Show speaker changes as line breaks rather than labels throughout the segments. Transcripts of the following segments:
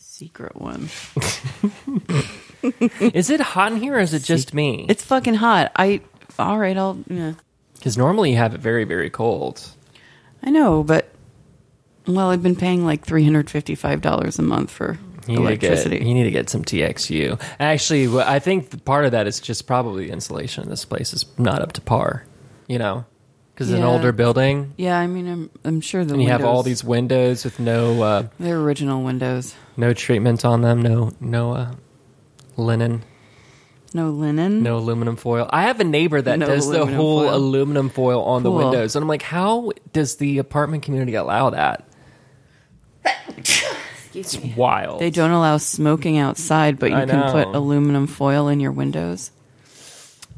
secret one.
Is it hot in here or is it just me?
It's fucking hot. I all right. I'll yeah.
Because normally you have it very, very cold.
I know, but well, I've been paying like three hundred fifty-five dollars a month for
You need, to get,
electricity.
you need to get some TXU. Actually, wh- I think the part of that is just probably the insulation in this place is not up to par, you know, because it's an
Yeah.
older building.
yeah, I mean, I'm I'm sure the
And you have all
windows-
these windows with no uh,
they're original windows,
no treatment on them, no no uh, linen,
no linen.
no aluminum foil. I have a neighbor that
No
does the
aluminum
whole
foil.
aluminum foil on the
Cool.
windows, and I'm like, how does the apartment community allow that?
Excuse me.
It's wild.
They don't allow smoking outside, but you
I
can put
know.
aluminum foil in your windows.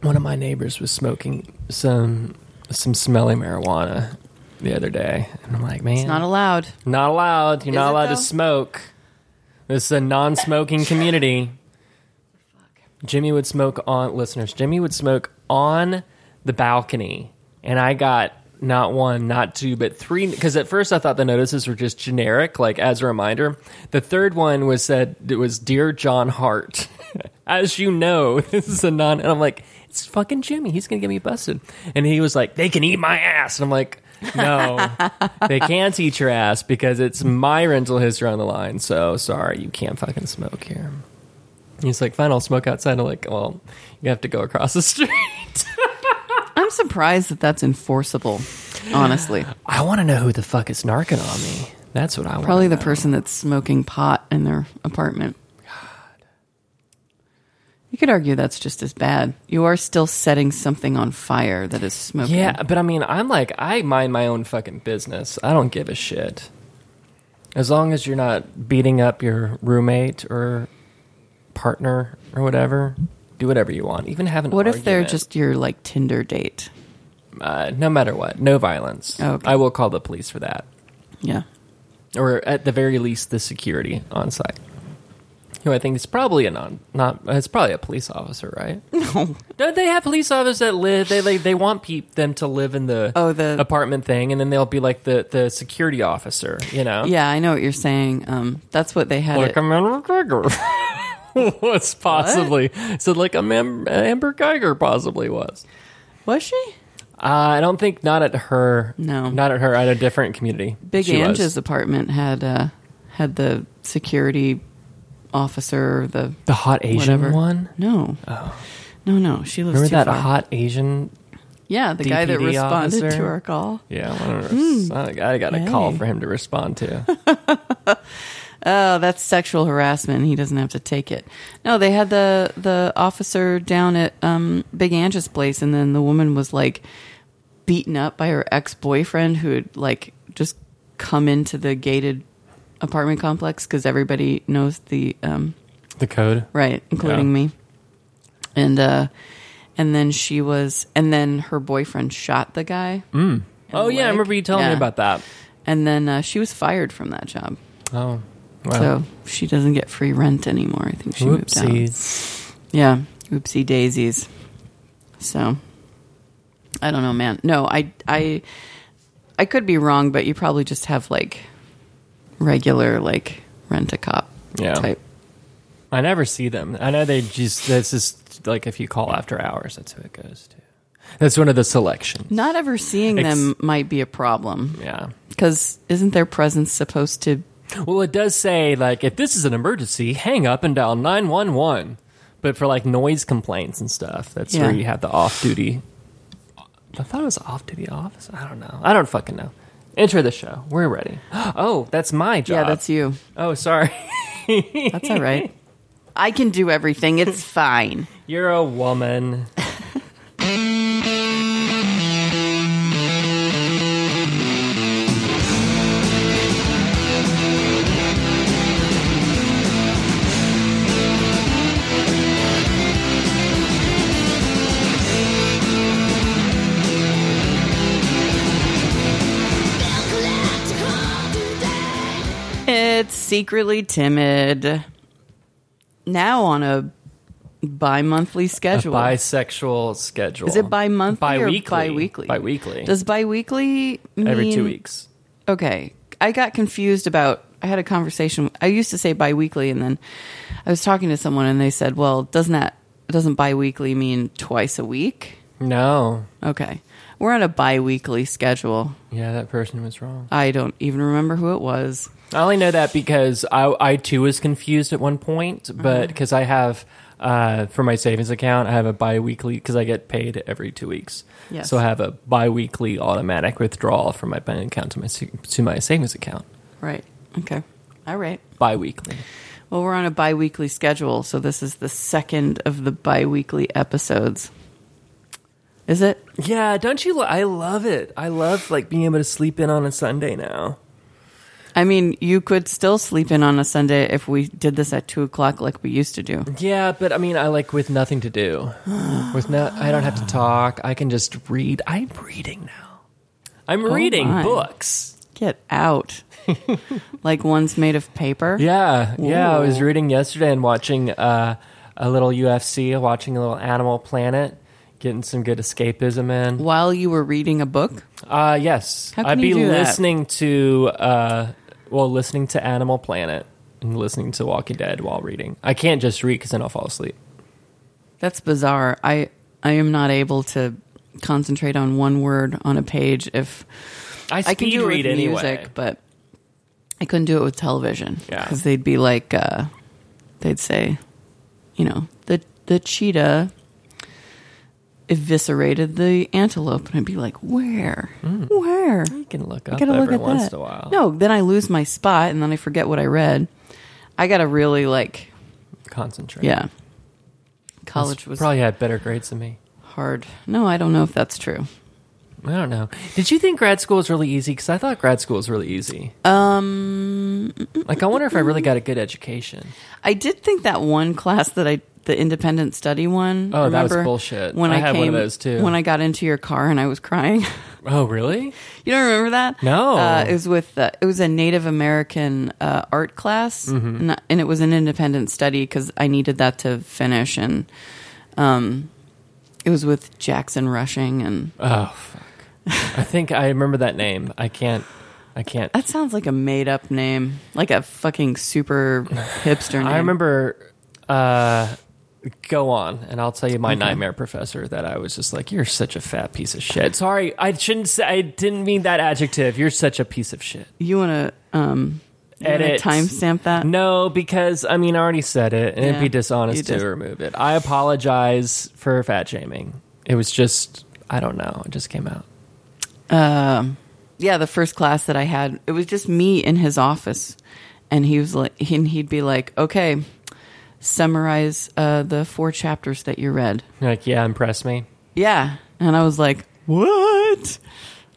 One of my neighbors was smoking some some smelly marijuana the other day, and I'm like, man,
It's not allowed.
Not allowed. You're
Is
not
it,
allowed
though?
to smoke. This is a non-smoking community. Jimmy would smoke on listeners. Jimmy would smoke on the balcony, and I got not one, not two, but three. Because at first I thought the notices were just generic, like as a reminder. The third one was said it was dear John Hart. as you know, this is a non. And I'm like, it's fucking Jimmy. He's gonna get me busted. And he was like, they can eat my ass. And I'm like, no, they can't eat your ass because it's my rental history on the line. So sorry, you can't fucking smoke here. He's like, fine, I'll smoke outside. I'm like, well, you have to go across the street.
I'm surprised that that's enforceable. Honestly,
I want to know who the fuck is narking on me. That's what I want.
probably the person that's smoking pot in their apartment. You could argue that's just as bad. You are still setting something on fire that is smoking.
Yeah, but I mean, I'm like, I mind my own fucking business. I don't give a shit. As long as you're not beating up your roommate or partner or whatever, do whatever you want. Even have an
What if they're
argument.
just your like Tinder date?
uh, no matter what, no violence.
Okay.
I will call the police for that.
Yeah.
or at the very least the security on site who i think is probably a non not it's probably a police officer right
No.
don't they have police officers that live they like they want peop them to live in the
Oh, the-
apartment thing and then they'll be like the the security officer you know
Yeah, I know what you're saying. Um, that's what they had.
like
It,
a Amber Geiger was possibly so like a mem- Amber Geiger possibly was
was she?
uh, I don't think not at her
No.
not at her at a different community
Big
She was.
Ange's apartment had uh, had the security officer. The
the hot Asian
Whatever.
one
no, no, no. She lives
Oh. remember
too
that
far.
hot Asian
yeah, the guy that
DPD
responded
officer?
to our call.
Yeah, I
Hmm.
wanna res- I, I got a call
Hey.
for him to respond to.
Oh, that's sexual harassment. He doesn't have to take it. No, they had the the officer down at um, Big Angie's place, and then the woman was like beaten up by her ex boyfriend who had like just come into the gated apartment complex because everybody knows the um,
the code.
right, including
Yeah.
me. And uh, and then she was, and then her boyfriend shot the guy,
Oh yeah, I
leg?
remember you telling me
Yeah.
about that.
and then uh, she was fired from that job.
Oh, wow.
So she doesn't get free rent anymore. I think she moved out.
Whoopsies.
Yeah, oopsie daisies. So I don't know, man. No, I I I could be wrong, but you probably just have like regular like rent a cop
Yeah.
type.
I never see them. I know they just. That's just like if you call after hours, that's who it goes to. That's one of the selections.
Not ever seeing
Ex-
them might be a problem
Yeah.
because isn't their presence supposed to?
Well, it does say like if this is an emergency, hang up and dial nine one one. But for like noise complaints and stuff, that's
Yeah.
where you have the off duty. I thought it was off duty office. I don't know. I don't fucking know. Enter the show. We're ready. Oh, that's my job.
Yeah, that's you.
Oh, sorry.
That's all right. I can do everything. It's fine.
You're a woman.
It's secretly timid. Now on a bi-monthly
A
schedule.
bisexual schedule.
Is it bi-monthly or
Bi-weekly.
bi-weekly?
Bi-weekly.
Does biweekly mean
Every two weeks.
Okay, I got confused about I had a conversation. I used to say biweekly, and then I was talking to someone, and they said, "Well, doesn't that doesn't biweekly mean twice a week?"
No.
Okay, we're on a biweekly schedule.
Yeah, that person was wrong.
I don't even remember who it was.
I only know that because I, I too was confused at one point, but because I have uh, for my savings account, I have a biweekly because I get paid every two weeks.
Yes.
So I have a biweekly automatic withdrawal from my bank account to my sa- to my savings account
Right. Okay. All right.
biweekly.
Well, we're on a biweekly schedule, so this is the second of the biweekly episodes. Is it?
Yeah, don't you? Lo- I love it. I love like being able to sleep in on a Sunday now.
I mean, you could still sleep in on a Sunday if we did this at two o'clock like we used to do.
Yeah, but I mean, I like with nothing to do. With no, I don't have to talk. I can just read. I'm reading now. I'm reading
my.
books.
Get out. like one's made of paper.
Yeah, yeah. I was
Ooh.
reading yesterday and watching uh, a little UFC, watching a little Animal Planet, getting some good escapism in.
While you were reading a book.
Uh, yes,
How can
I'd
you
be
do that?
listening to uh, well, listening to Animal Planet and listening to Walking Dead while reading. I can't just read because then I'll fall asleep.
That's bizarre. I I am not able to concentrate on one word on a page if
I speed
I can do it
read
with
anyway.
music, but I couldn't do it with television
Yeah.
because they'd be like, uh, they'd say, you know, the the cheetah eviscerated the antelope, and I'd be like, where,
Hmm.
where?
you can look
I
up
gotta
every
look at
once
that.
in a while.
No, then I lose my spot, and then I forget what I read. I gotta really like,
concentrate.
yeah.
That's
College was
probably had better grades than me.
hard. No, I don't know if that's true.
I don't know. Did you think grad school was really easy? Because I thought grad school was really easy.
Um,
Like, I wonder if I really got a good education.
I did think that one class that I the independent study one.
Oh, that was
remember?
bullshit.
When
I
I,
had
came,
one of those, too.
When I got into your car and I was crying.
Oh, really?
you don't remember that?
No.
Uh, it was with uh, it was a Native American uh, art class,
Mm-hmm.
and, and it was an independent study because I needed that to finish, and um, it was with Jackson Rushing, and
Oh, fuck. I think I remember that name. I can't. I can't.
that sounds like a made up name, like a fucking super hipster name.
I remember. Uh, go on, and I'll tell you my
Okay.
nightmare professor that I was just like, "You're such a fat piece of shit." Sorry, I shouldn't say. I didn't mean that adjective. You're such a piece of shit.
You want to um, you wanna
Edit.
timestamp that?
No, because I mean, I already said it, and it'd
Uh, Yeah,
be
you
dishonest to
did.
remove it. I apologize for fat shaming. It was just, I don't know. It just came out.
um, yeah, the first class that I had, it was just me in his office, and he was like, he- and he'd be like, "Okay, summarize uh, the four chapters that you read."
Like, yeah, impress me.
Yeah, and I was like, "What?"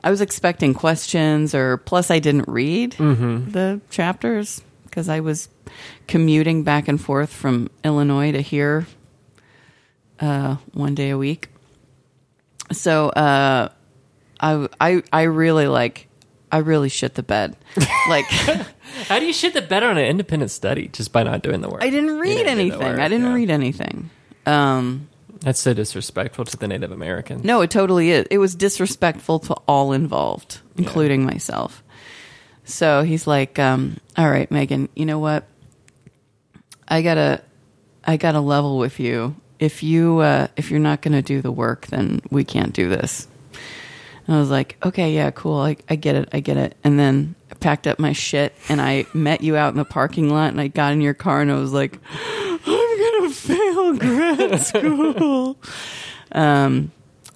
I was expecting questions, or plus I didn't read
Mm-hmm.
the chapters because I was commuting back and forth from Illinois to here uh, one day a week. So uh, I I I really like I really shit the bed. Like
How do you shit the bed on an independent study just by not doing the work?
I didn't
You
read
do the
anything.
work,
I didn't
yeah.
read anything. Um,
That's so disrespectful to the Native American.
No, it totally is. It was disrespectful to all involved, including myself. So he's like, um, "All right, Megan, you know what? I gotta, I gotta level with you. If you, uh, if you're not gonna do the work, then we can't do this." And I was like, "Okay, yeah, cool. I, I get it. I get it." And then I packed up my shit and I met you out in the parking lot and I got in your car and I was like, "I'm gonna fail grad school." Um,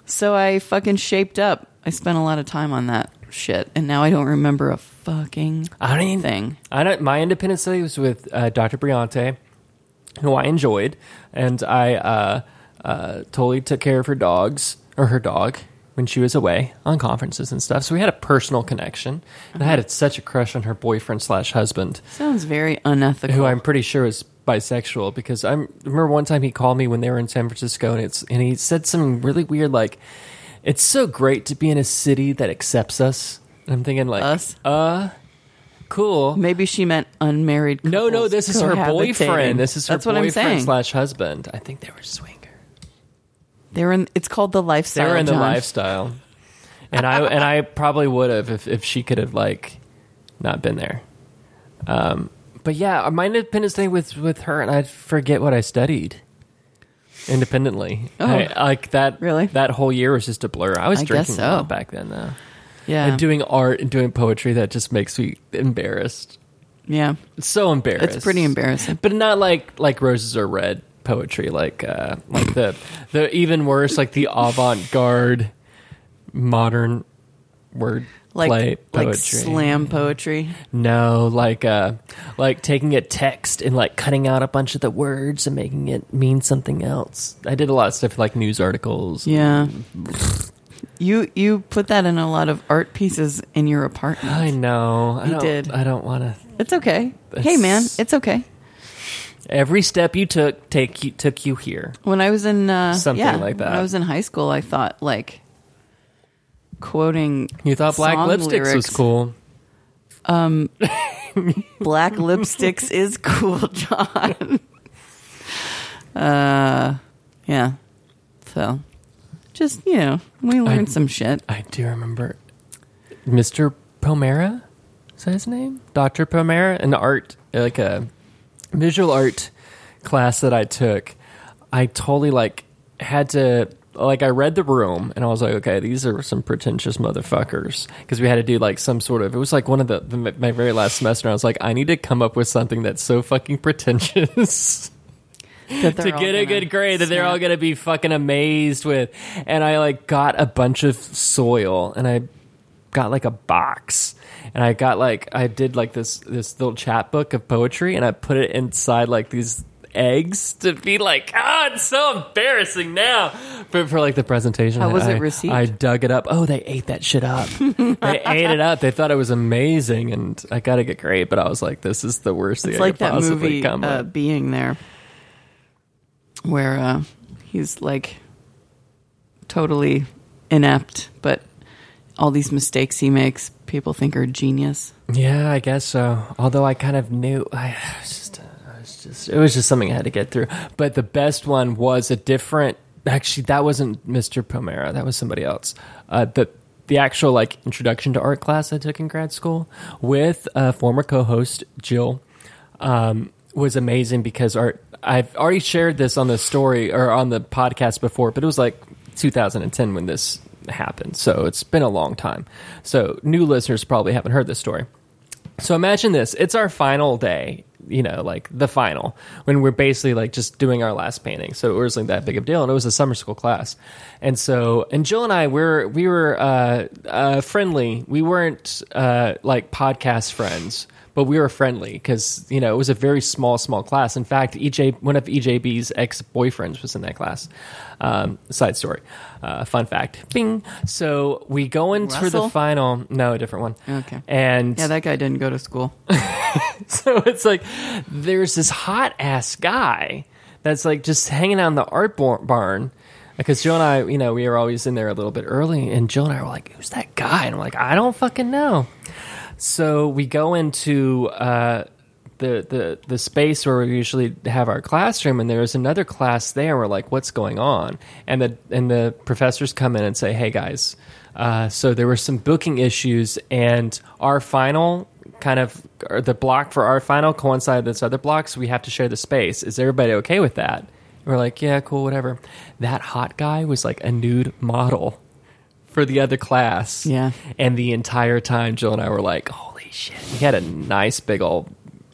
so I fucking shaped up. I spent a lot of time on that shit, and now I don't remember a fucking
I don't even
thing.
I don't, my independent study was with uh, Dr. Briante, who I enjoyed, and I uh, uh, totally took care of her dogs or her dog when she was away on conferences and stuff. So we had a personal connection, and I had such a crush on her boyfriend slash husband,
Sounds very unethical.
who I'm pretty sure is bisexual because I remember one time he called me when they were in San Francisco, and it's and he said something really weird like, "It's so great to be in a city that accepts us." And I'm thinking like,
Us?
uh, cool.
Maybe she meant unmarried.
No, no,
couples
this is her
cohabitating.
boyfriend. This is her
That's what I'm
boyfriend
saying.
slash husband. I think they were swinger.
They're in. It's called the
They
lifestyle.
were in the
John.
lifestyle, and I and I probably would have if if she could have like not been there. Um, But yeah, my Independence Day with with her, and I forget what I studied independently.
Oh.
I- like that.
Really?
that whole year was just a blur. I was
I guess
drinking a
so. Um,
lot back then, though.
Yeah.
And doing art and doing poetry that just makes me embarrassed.
yeah.
It's so embarrassed.
It's pretty embarrassing.
but not like like roses are red poetry, like uh, like the the even worse, like the avant garde modern word
Like
play poetry.
like slam poetry.
No, like uh like taking a text and like cutting out a bunch of the words and making it mean something else. I did a lot of stuff like news articles.
Yeah. You you put that in a lot of art pieces in your apartment.
I know. I
You
don't,
did.
I don't want to.
It's okay.
That's-
Hey man, it's okay.
Every step you took take you, took you here.
When I was in uh,
Something
yeah,
like that.
When I was in high school, I thought like quoting
You thought black
song
lipsticks was
lyrics-
cool.
Black lipsticks is cool, John. uh, yeah. So, just you know, we learned some shit.
I do remember Mr. Pomera. Is that his name? Dr. Pomera, an art like a visual art class that I took. I totally like had to like I read the room and I was like, okay, these are some pretentious motherfuckers because we had to do like some sort of. It was like one of the, the my very last semester. I was like, I need to come up with something that's so fucking pretentious
That
to get a good grade that they're all going to be fucking amazed with. And I like got a bunch of soil and I got like a box and I got like I did like this this little chapbook of poetry and I put it inside like these eggs to be like ah it's so embarrassing now but for like the presentation
How was it
I-
received?
I dug it up oh they ate that shit up they ate it up they thought it was amazing and I got to get great but I was like this is the worst
It's
thing I
like
could
that
possibly
movie
come
uh,
up.
being there, where uh, he's like totally inept, but all these mistakes he makes, people think are genius.
Yeah, I guess so. Although I kind of knew I I was just, I was just, it was just something I had to get through. But the best one was a different. Actually, that wasn't Mr. Pomera. That was somebody else. Uh, the the actual like introduction to art class I took in grad school with a former co-host Jill um, was amazing because art. I've already shared this on the story or on the podcast before, but it was like 2010 when this happened, so it's been a long time. So new listeners probably haven't heard this story. So imagine this: it's our final day, you know, like the final when we're basically like just doing our last painting. So it wasn't that big of a deal, and it was a summer school class. And so, and Jill and I were we were uh, uh, friendly. We weren't uh, like podcast friends, but we were friendly because you know it was a very small, small class. In fact, EJ one of E EJB's ex boyfriends was in that class. Um, side story, uh, fun fact. Bing. So we go into the
Russell?
final. No, a different one.
Okay.
And
Yeah, that guy didn't go to school.
so it's like there's this hot ass guy that's like just hanging out in the art bar- barn because Joe and I, you know, we were always in there a little bit early, and Joe and I were like, "Who's that guy?" And I'm like, "I don't fucking know." So we go into uh, the the the space where we usually have our classroom, and there's another class there. We're like, "What's going on?" And the and the professors come in and say, "Hey guys, uh, so there were some booking issues, and our final kind of or the block for our final coincided with this other block, so we have to share the space. Is everybody okay with that?" And we're like, "Yeah, cool, whatever." That hot guy was like a nude model for the other class.
Yeah.
And the entire time, Jill and I were like, "Holy shit!" He had a nice big old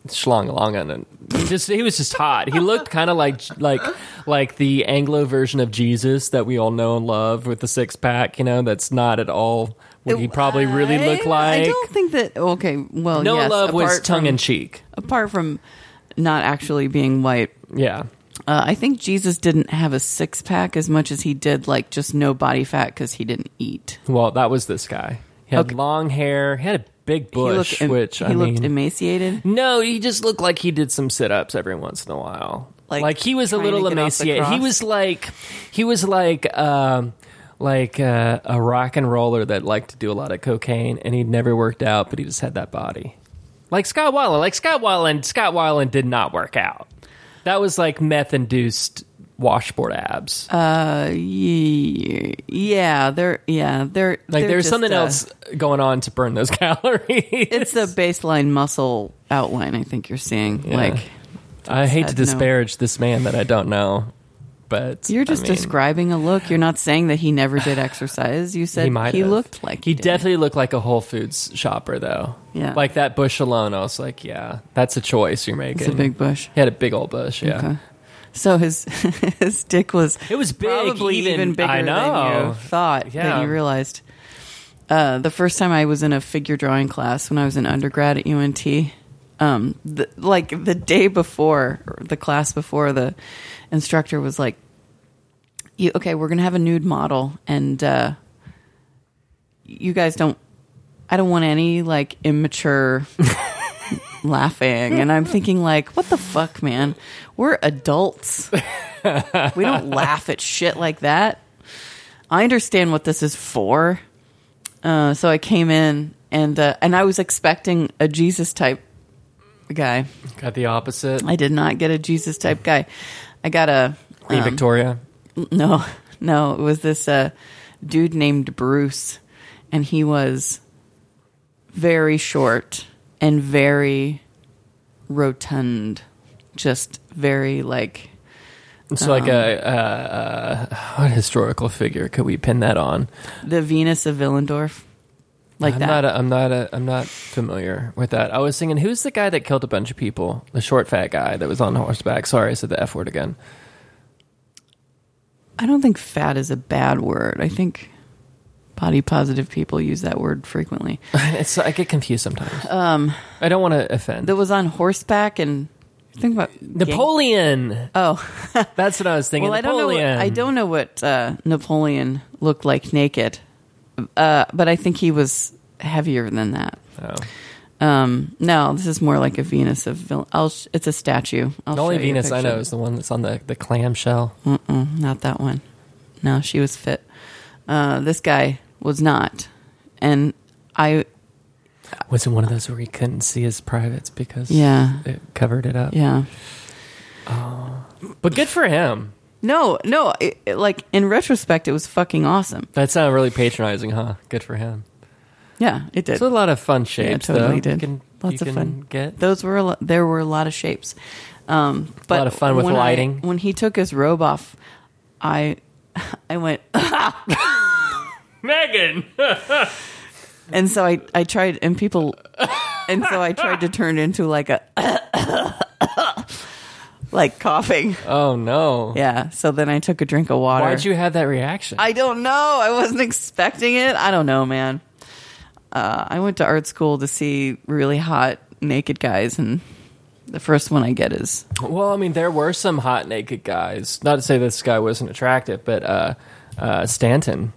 schlong along on him. Just he was just hot. He looked kind of like like like the Anglo version of Jesus that we all know and love with the six pack. You know, that's not at all what he probably really looked
I
like.
don't think that. Okay, well,
No
yes,
love was
apart
tongue
from-
in cheek.
apart from not actually being white,
Yeah.
uh, I think Jesus didn't have a six pack as much as he did like just no body fat because he didn't eat.
Well, that was this guy. He had
Okay.
long hair. He had a big
he
bush,
looked, em-
which
he
I
looked
mean,
emaciated.
No, he just looked like he did some sit ups every once in a while. Like,
Like,
he was a
trying to
little
get off the
emaciated. He
cross?
was like he was like um like uh, a rock and roller that liked to do a lot of cocaine and he'd never worked out, but he just had that body. Like Scott Weiland. Like Scott Weiland. Scott Weiland did not work out. That was like meth induced washboard abs.
Uh, Ye- Yeah, they're yeah they're
like
they're
there's
just,
something
uh,
else going on to burn those calories.
It's the baseline muscle outline. I think you're seeing like
I hate to
said no.
disparage this man that I don't know, but
you're just
I mean,
describing a look. You're not saying that he never did exercise. You said
He
he,
might have.
looked like
He
did.
definitely looked like a Whole Foods shopper, though.
Yeah.
like that bush alone. I was like, yeah, that's a choice you're making.
It's a big bush.
He had a big old bush. Yeah,
Okay. So his his dick was
it was big.
probably even, bigger
I
than you
know.
thought
Yeah.
that you realized. Uh, the first time I was in a figure drawing class when I was an undergrad at UNT, um, the, like the day before or the class before, the instructor was like, "You okay? We're gonna have a nude model, and uh, you guys don't. I don't want any like immature." laughing and i'm thinking like what the fuck man we're adults we don't laugh at shit like that. I understand what this is for. Uh, so I came in and uh, and I was expecting a Jesus type guy.
Got the opposite.
I did not get a Jesus type guy. I got a uh,
Queen Victoria.
no, no. It was this uh, dude named Bruce, and he was very short and very rotund, just very like
It's like
um,
a, uh, what historical figure could we pin that on?
the Venus of Willendorf, like
I'm
that.
not. A, I'm not. A, I'm not familiar with that. I was thinking, who's the guy that killed a bunch of people? The short fat guy that was on horseback. Sorry, I said the f word again.
I don't think fat is a bad word. I think body positive people use that word frequently.
It's I get confused sometimes. Um, I don't want to offend.
That was on horseback and think about
Napoleon.
Oh,
That's what I was thinking.
well, I don't know. What,
Napoleon.
I don't know what uh, Napoleon looked like naked, uh, but I think he was heavier than that.
Oh.
Um, no, this is more like a Venus of. Vil- I'll sh- it's a statue. I'll
The only
show you a
Venus I
picture.
know is the one that's on the the clamshell.
Mm-mm, not that one. No, she was fit. Uh, this guy was not, and I
Was it one of those where he couldn't see his privates because
Yeah.
it covered it up?
yeah.
But good for him.
No, no. It, it- like in retrospect, it was fucking awesome.
That sounded really patronizing, huh? Good for him.
Yeah, it did.
It's a lot of fun shapes,
totally
though.
did.
You can,
Lots of
you can
fun.
Get
Those were a lo- there were a lot of shapes. Um, but
lot of fun with
when I-
lighting.
when he took his robe off, I I went
Megan.
and so I I tried and people and so I tried to turn into like a like coughing.
Oh no!
Yeah. So then I took a drink of water.
Why'd you have that reaction?
I don't know. I wasn't expecting it. I don't know, man. Uh, I went to art school to see really hot naked guys, and the first one I get is
well, I mean, there were some hot naked guys. Not to say this guy wasn't attractive, but uh, uh, Stanton,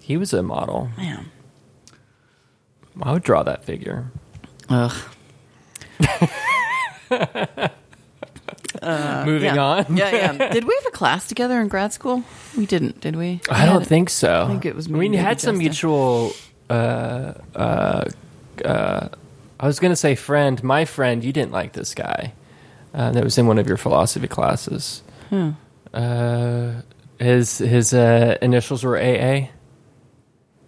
he was a model.
man.
I would draw that figure.
Ugh.
Moving
Uh, yeah.
on.
yeah, yeah. Did we have a class together in grad school? We didn't, did we?
I don't think so. I
think it was me
We
and
had
David
some
Justice.
mutual. Uh, uh, uh, I was gonna say friend. My friend, you didn't like this guy. Uh, that was in one of your philosophy classes.
Hmm.
Uh, his his uh, initials were AA.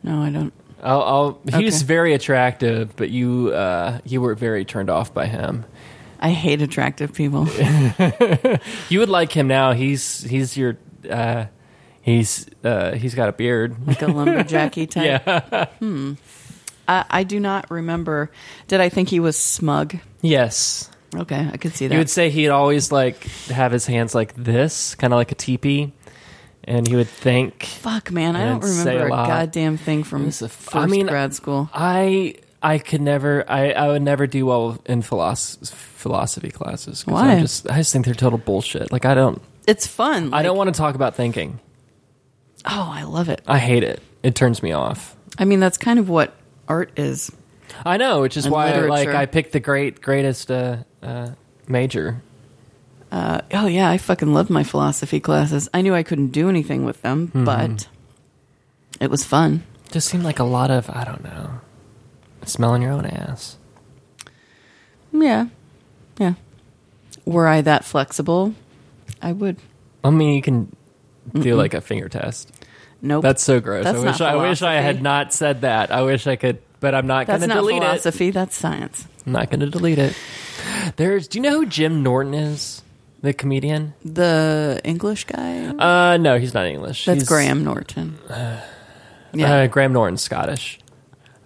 No, I don't.
I'll, I'll, he was
Okay.
very attractive, but you uh, you were very turned off by him.
I hate attractive people.
You would like him now. He's he's your uh, he's uh, he's got a beard.
like a lumberjacky type. Hmm.
Yeah.
I, I do not remember. Did I think he was smug?
Yes.
Okay, I could see
You would
that.
say he'd always like have his hands like this, kind of like a teepee, and he would think.
Fuck, man, I
And
don't
say
remember
a
a
lot.
goddamn thing from
was a f-
first
I mean,
grad school.
I I could never. I, I would never do well in philosophy philosophy classes. 'cause
Why?
I'm just, I just think they're total bullshit. Like I don't.
It's fun.
I
like-
don't want to talk about thinking.
Oh, I love it.
I hate it. It turns me off.
I mean, that's kind of what art is.
I know, which is
And
why like
literature.
I picked the great greatest uh, uh, major.
Oh yeah, I fucking loved my philosophy classes. I knew I couldn't do anything with them,
Mm-hmm.
but it was fun.
Just seemed like a lot of I don't know, smelling your own ass.
Yeah. Yeah. Were I that flexible, I would.
I mean, you can do like a finger test.
Nope.
That's so gross.
That's
I
not
wish I wish I had
philosophy.
not said that. I wish I could, but I'm not going
that's
to
not
delete it.
philosophy. That's science.
I'm not going to delete it. There's. Do you know who Jim Norton is? The comedian?
The English guy.
Uh, no, he's not English.
that's
He's-
Graham Norton.
Uh,
yeah.
Graham Norton's Scottish.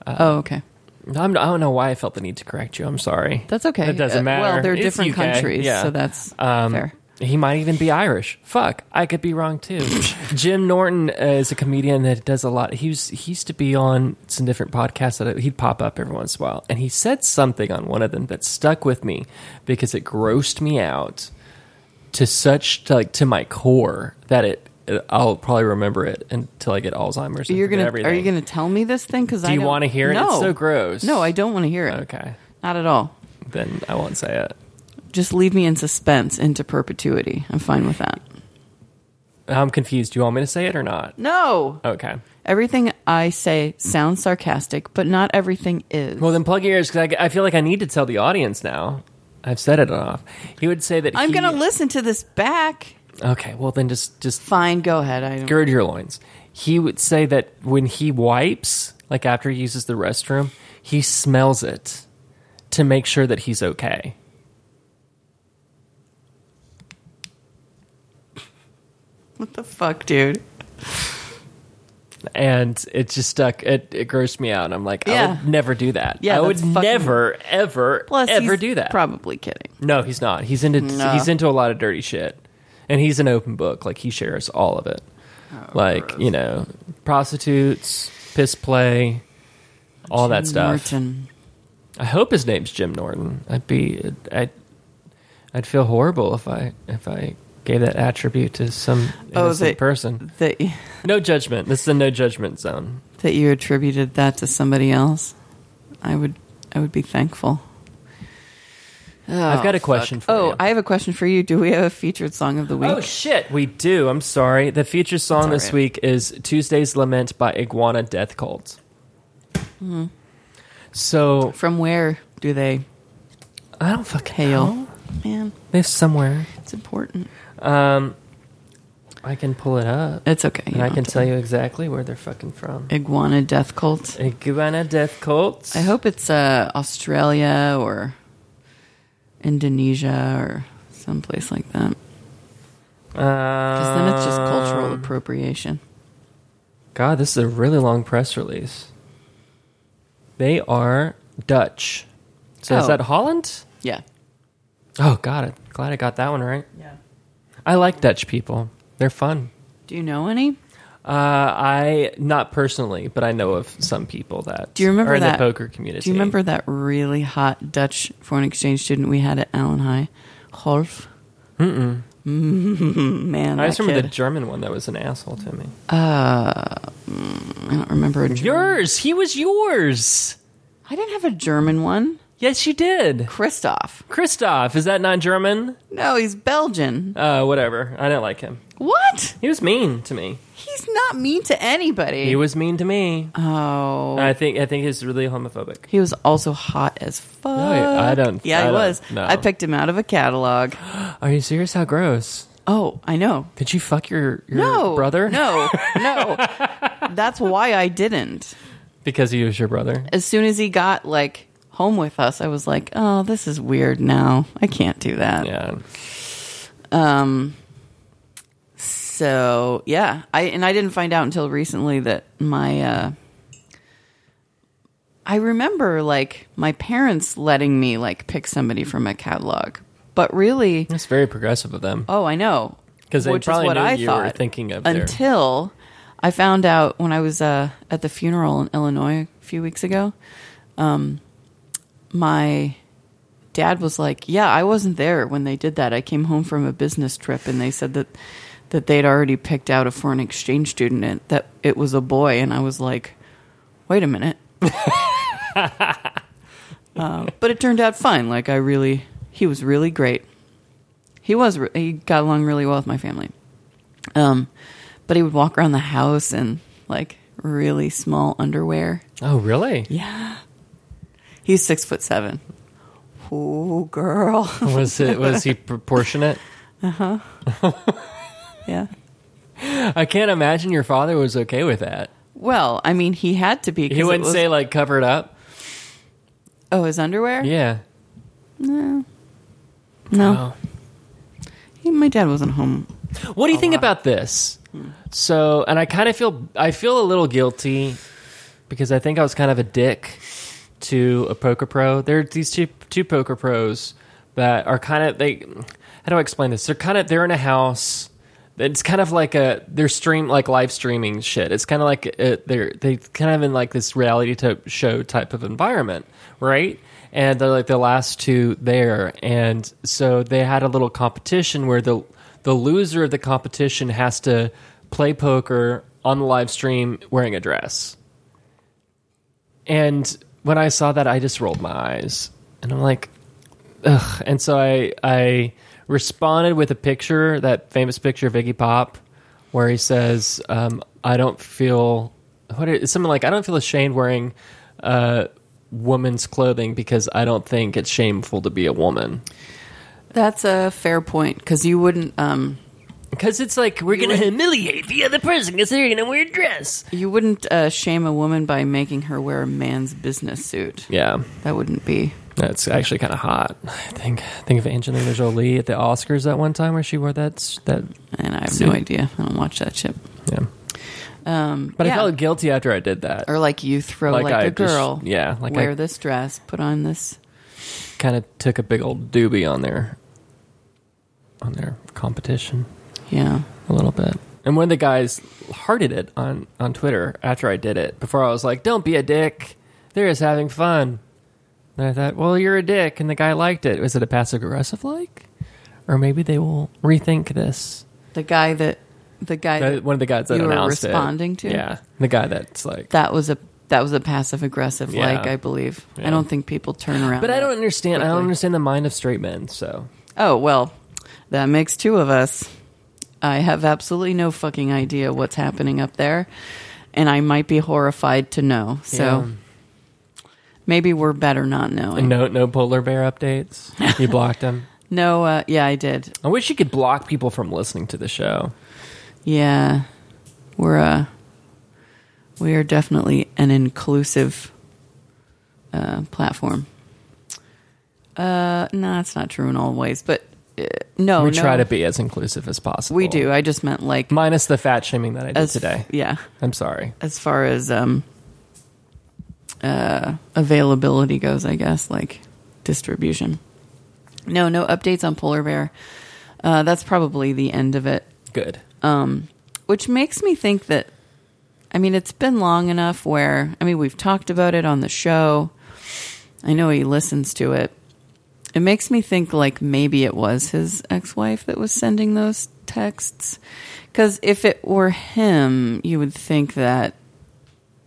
oh, okay.
I'm, I don't know why I felt the need to correct you. I'm sorry.
That's okay.
It doesn't
Uh,
matter.
well, they're
It's
different
UK.
countries,
Yeah.
so that's
Um,
fair.
He might even be Irish. Fuck, I could be wrong too. Jim Norton uh, is a comedian that does a lot. He was he used to be on some different podcasts that he'd pop up every once in a while, and he said something on one of them that stuck with me because it grossed me out to such to, like to my core that it, it- I'll probably remember it until I get Alzheimer's. and
You're
forget
gonna
everything.
are you gonna tell me this thing? Because
Do you want to hear it?
No,
It's so gross.
No, I don't want to hear it.
Okay,
Not at all.
then I won't say it.
Just leave me in suspense into perpetuity. I'm fine with that.
I'm confused. Do you want me to say it or not?
No,
Okay.
everything I say sounds sarcastic, but not everything is.
Well, then plug your ears because I, I feel like I need to tell the audience now. I've said it enough. He would say that.
I'm
he-
gonna listen to this back.
Okay. Well, then just just
Fine, go ahead. I don't.
gird your loins. He would say that when he wipes, like after he uses the restroom, he smells it to make sure that he's okay.
What the fuck, dude?
and it just stuck. It, it grossed me out. I'm like,
Yeah.
I would never do that.
Yeah,
I would
that's fucking-
never, ever,
Plus,
ever
he's
do that.
Probably kidding.
no, he's not. He's into
No.
he's into a lot of dirty shit, and he's an open book. Like he shares all of it.
Oh,
like you know, prostitutes, piss play, all that stuff.
Merton.
I hope his name's Jim Norton. I'd be I'd I'd feel horrible if I if I gave that attribute to some
Oh,
innocent
they-
person.
That
No judgment. This is a no judgment zone.
that you attributed that to somebody else, I would I would be thankful.
I've got a question for
oh,
you.
I have a question for you. Do we have a featured song of the week?
Oh shit, we do. I'm sorry. The feature song
That's
this
all right.
week is Tuesday's Lament by Iguana Death Cult.
Mm-hmm.
So
From where do they
I don't fucking
hail?
know.
Man,
They're somewhere.
it's important.
I can pull it up
Um, It's okay. you
and I
don't have
can
to-
tell you exactly where they're fucking from.
Iguana Death Cult.
Iguana Death Cult.
I hope it's uh, Australia or Indonesia or someplace like that. Because then it's just cultural
Um,
appropriation.
God, this is a really long press release. They are Dutch. So is
Oh.
that Holland?
Yeah.
Oh, got it. Glad I got that one right.
Yeah.
I like Dutch people. They're fun.
Do you know any?
Uh, I not personally, but I know of some people that
Do you remember
are in
that
the poker community.
Do you remember that really hot Dutch foreign exchange student we had at Allen High, Rolf? Mm-mm. Man,
I
that
just remember the
kid.
German one that was an asshole to me.
I don't remember a German.
Yours. He was yours.
I didn't have a German one.
Yes, you did.
Christoph.
Christoph. Is that not German?
No, he's Belgian.
Uh, whatever. I didn't like him.
What?
He was mean to me.
He's not mean to anybody.
He was mean to me.
oh.
I think. I think he's really homophobic.
He was also hot as fuck.
I don't-
Yeah,
I
he
don't-
was.
no.
I picked him out of a catalog.
Are you serious? How gross.
Oh, I know.
Did you fuck your, your
No,
brother?
No, no. That's why I didn't.
Because he was your brother.
As soon as he got like home with us, I was like, "Oh, this is weird. Now I can't do that."
Yeah.
Um. So yeah, I and I didn't find out until recently that my. uh I remember like my parents letting me like pick somebody from a catalog, but really,
That's very progressive of them.
Oh, I know.
'Cause they
Which is
probably
what
knew
I
you were
thought
thinking of their-
until I found out when I was uh, at the funeral in Illinois a few weeks ago. Um, my dad was like, "Yeah, I wasn't there when they did that. I came home from a business trip, and they said that that they'd already picked out a foreign exchange student. And that it was a boy." And I was like, "Wait a minute." Uh, but it turned out fine. Like I really, he was really great. He was re- he got along really well with my family. Um, but he would walk around the house in like really small underwear.
Oh, really?
Yeah, he's six foot seven. Oh, girl.
Was it was he proportionate?
Yeah.
I can't imagine your father was okay with that.
Well, I mean, he had to be. 'cause
He
it
wouldn't
was-
say like cover it up.
"Oh, his underwear."
Yeah.
No, no.
Oh.
He, my dad wasn't home.
What do you think about this? So, and I kind of feel I feel a little guilty because I think I was kind of a dick to a poker pro. There are these two two poker pros that are kind of they. How do I explain this? They're kind of they're in a house. It's kind of like a they're stream like live streaming shit. It's kind of like uh they're they kind of in like this reality type show type of environment, right? And they're like the last two there, and so they had a little competition where the the loser of the competition has to play poker on the live stream wearing a dress. And when I saw that, I just rolled my eyes, and I'm like, ugh. And so I I responded with a picture, that famous picture of Iggy Pop, where he says, um, "I don't feel what is it's something like I don't feel ashamed wearing uh, woman's clothing because I don't think it's shameful to be a woman."
That's a fair point because you wouldn't. Um,
Because it's like we're gonna humiliate the other person because they're gonna wear a dress.
you wouldn't uh, shame a woman by making her wear a man's business suit.
Yeah,
That wouldn't be.
That's actually kind of hot. I think think of Angelina Jolie at the Oscars that one time where she wore that s- that.
And I have
See?
no idea. I don't watch that shit.
Yeah,
Um,
but
yeah. Er
I felt guilty after I did that.
or like you throw
Like
like,
I
a
just-
girl.
yeah, like
wear
I-
this dress, put on this.
Kind of took a big old doobie on their on their competition
Yeah.
a little bit. And one of the guys hearted it on on Twitter after I did it. Before I was like, "Don't be a dick. They're just having fun." And I thought, "Well, you're a dick," and the guy liked it. Was it a passive aggressive like, or maybe they will rethink this?
The guy that the guy
That-
that,
one of the guys that
you were
announced
responding
it.
to?
Yeah, the guy that's like.
that was a that was a passive aggressive
Yeah.
like I believe.
Yeah.
I don't think people turn around.
But I
that
don't understand. I don't
quickly.
understand the mind of straight men. So
Oh well, that makes two of us. I have absolutely no fucking idea what's happening up there, and I might be horrified to know. So maybe we're better not
Yeah.
knowing.
no, no polar bear updates. You blocked him.
No, uh, yeah, I did.
I wish you could block people from listening to the show.
Yeah, we're uh, we are definitely an inclusive uh, platform. Uh, no, that's not true in all ways, but uh, no,
we
no,
try to be as inclusive as possible.
We do. I just meant like
Minus the fat shaming that I did
as
today.
Yeah,
I'm sorry.
as far as um, uh, availability goes, I guess like distribution. No, no updates on Polar Bear. Uh, that's probably the end of it.
Good.
which makes me think that I mean it's been long enough where I mean we've talked about it on the show. I know he listens to it. It makes me think like maybe it was his ex-wife that was sending those texts cuz if it were him, you would think that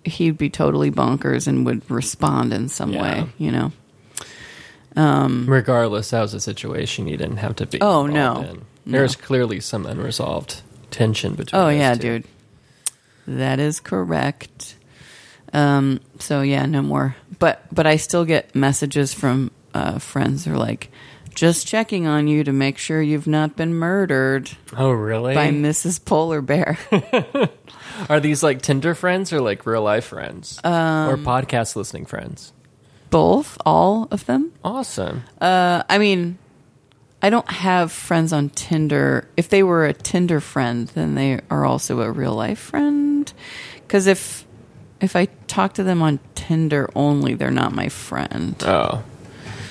he'd be totally bonkers and would respond in some
Yeah.
way, you know.
Regardless, that was a situation you didn't have to be.
Um, Oh,
involved
no.
in.
No.
There's clearly some unresolved tension between.
Oh
those
yeah,
two.
dude. That is correct. Um, so yeah, no more. But but I still get messages from uh, friends who are like, just checking on you to make sure you've not been murdered
Oh really?
by Mrs. Polar Bear.
Are these like Tinder friends or like real life friends or
Um,
podcast listening friends?
Both, all of them.
Awesome.
Uh, I mean, I don't have friends on Tinder. If they were a Tinder friend, then they are also a real life friend. Because if if I talk to them on Tinder only, they're not my friend.
Oh,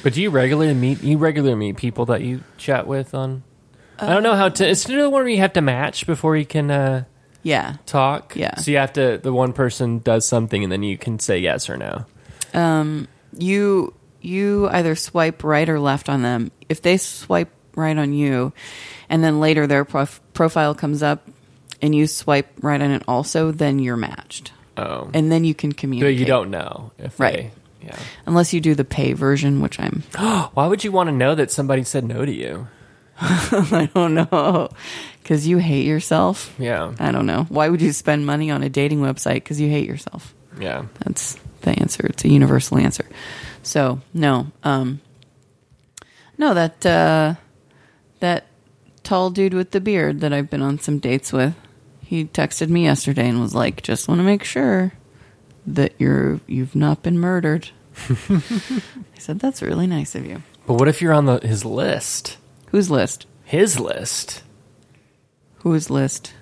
but do you regularly meet you regularly meet people that you chat with on? I don't know how to. It's another one where you have to match before you can uh,
Yeah.
talk.
Yeah.
So you have to. The one person does something, and then you can say yes or no.
You you either swipe right or left on them. If they swipe right on you and then later their prof- profile comes up and you swipe right on it also, then you're matched.
Oh,
And then you can
but
communicate.
you don't know if
Right.
They, yeah.
Unless you do the pay version, which I'm
Why would you want to know that somebody said no to you?
I don't know cuz you hate yourself.
Yeah.
I don't know. Why would you spend money on a dating website cuz you hate yourself?
Yeah.
That's the answer. It's a universal answer. So no, um, no that uh, that tall dude with the beard that I've been on some dates with. He texted me yesterday and was like, "Just want to make sure that you're you've not been murdered." I said, "That's really nice of you."
But what if you're on the, his list?
Whose list?
His list.
Whose list?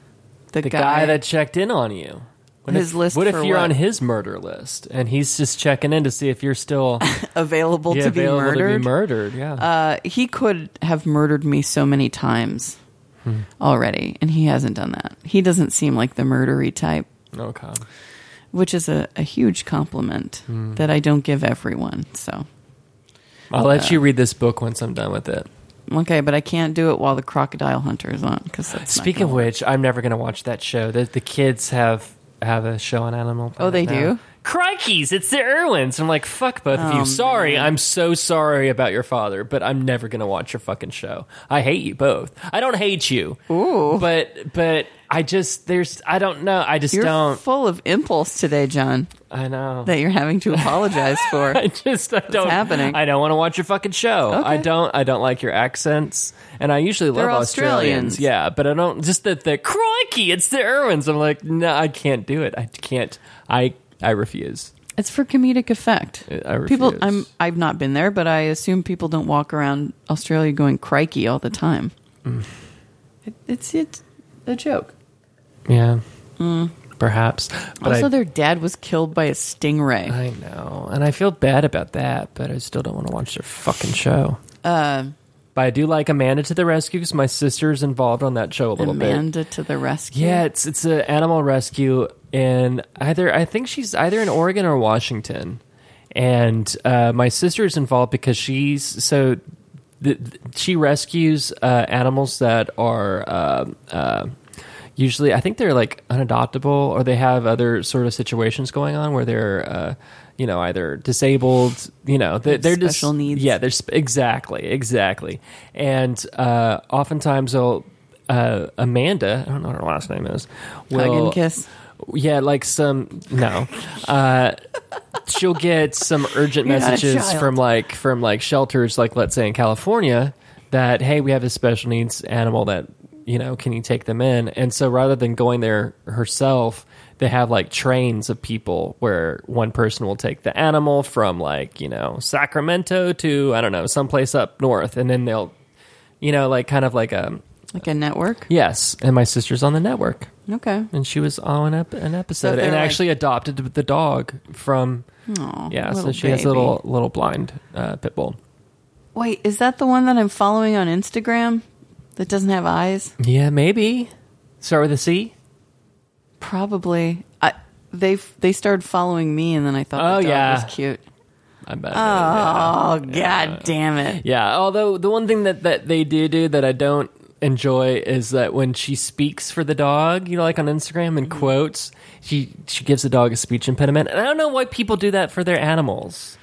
The guy, that checked in on you. What
His
if,
list
What if
for
you're
what?
on his murder list and he's just checking in to see if you're still
available
yeah,
to be
available
murdered.
to be murdered? Yeah.
uh, he could have murdered me so many times
Hmm.
already, and he hasn't done that. He doesn't seem like the murdery type,
okay.
which is a, a huge compliment
Hmm.
that I don't give everyone. So
I'll let you read this book once I'm done with it.
okay, but I can't do it while the crocodile hunter is on because
Speaking of which, I'm never going to watch that show. The, the kids have have a show on Animal Planet.
Oh, they
now.
do? Oh,
Crikeys, it's the Irwins. I'm like, fuck both of you. Sorry, I'm so sorry about your father, but I'm never going to watch your fucking show. I hate you both. I don't hate you.
Ooh.
But but I just there's I don't know. I just
you're
don't.
full of impulse today, John,
I know.
that you're having to apologize for.
I just I don't
happening?
I don't want to watch your fucking show. I
Okay.
don't I don't like your accents. And I usually
They're
love
Australians.
Australians. Yeah, but I don't just that the crikey, it's the Irwins. I'm like, no, I can't do it. I can't I I refuse.
It's for comedic effect.
I refuse.
People, I'm I've not been there, but I assume people don't walk around Australia going crikey all the time. Mm. It, it's it's a joke.
Yeah. Perhaps. But
Hmm. also,
I,
their dad was killed by a stingray.
I know. And I feel bad about that, but I still don't want to watch their fucking show.
Uh,
But I do like Amanda to the Rescue because my sister's involved on that show a little bit.
Amanda to the rescue.
Yeah, it's it's an animal rescue in either I think she's either in Oregon or Washington, and uh, my sister is involved because she's so th- th- she rescues uh, animals that are. um uh, Usually, I think they're like unadoptable, or they have other sort of situations going on where they're, uh, you know, either disabled. You know, they're, they're just-
Special needs.
Yeah, there's exactly, exactly, and uh, oftentimes they'll uh, Amanda. I don't know what her last name is.
hug
will-
and kiss.
Yeah, like some no. Uh, she'll get some urgent
You're not a
messages
child.
from like from like shelters, like let's say in California, that hey, we have a special needs animal that you know, can you take them in? And so rather than going there herself. They have like trains of people where one person will take the animal from like, you know, Sacramento to, I don't know, someplace up north. And then they'll, you know, like kind of like a,
Like a network.
Yes, and my sister's on the network,
Okay.
and she was on ep- an
So
episode,
they're
and
like-
actually adopted the dog from.
Aw,
yeah, so
little
she has a
baby.
little little blind uh, pit bull.
Wait, is that the one that I'm following on Instagram that doesn't have eyes?
Yeah, maybe start with a C.
Probably. I they they started following me, and then I thought
Oh,
the dog
yeah.
was cute.
I bet.
Oh god damn it!
Yeah, although the one thing that, that they do do that I don't enjoy is that when she speaks for the dog, you know, like on Instagram
Mm-hmm.
and quotes, she she gives the dog a speech impediment, and I don't know why people do that for their animals.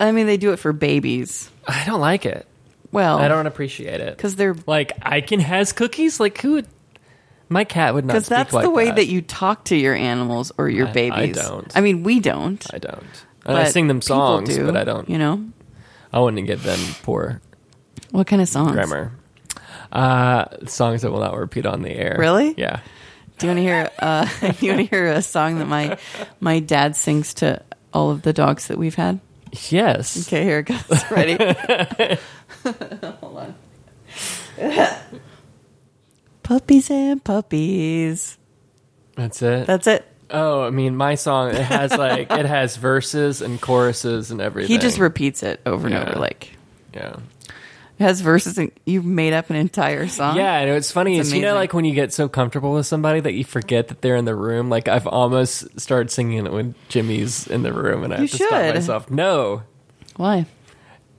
I mean, they do it for babies.
I don't like it.
Well,
I don't appreciate it.
because they're
Like I can has cookies. Like who? Would, my cat would not.
because
Because
that's the way that. you talk to your animals or your
I
babies.
don't.
I mean, we don't.
I don't. And I
but
sing them
people
songs,
do,
but I don't.
You know
I wouldn't give them poor
what kind of songs?
grammar. Uh, songs that will not repeat on the air.
Really?
Yeah.
Do you want to hear? Uh, do you want to hear a song that my my dad sings to all of the dogs that we've had?
Yes.
Okay, here it goes. Ready? Hold on. puppies and puppies.
That's it.
That's it.
oh, I mean, my song it has like it has verses and choruses and everything.
He just repeats it over and
Yeah.
over. Like
yeah.
it has verses, and you made up an entire song.
Yeah, and it's funny
It's
is you know
amazing.
like when you get so comfortable with somebody that you forget that they're in the room. Like I've almost started singing it when Jimmy's in the room, and I
You
have to stop
should.
myself. No,
Why?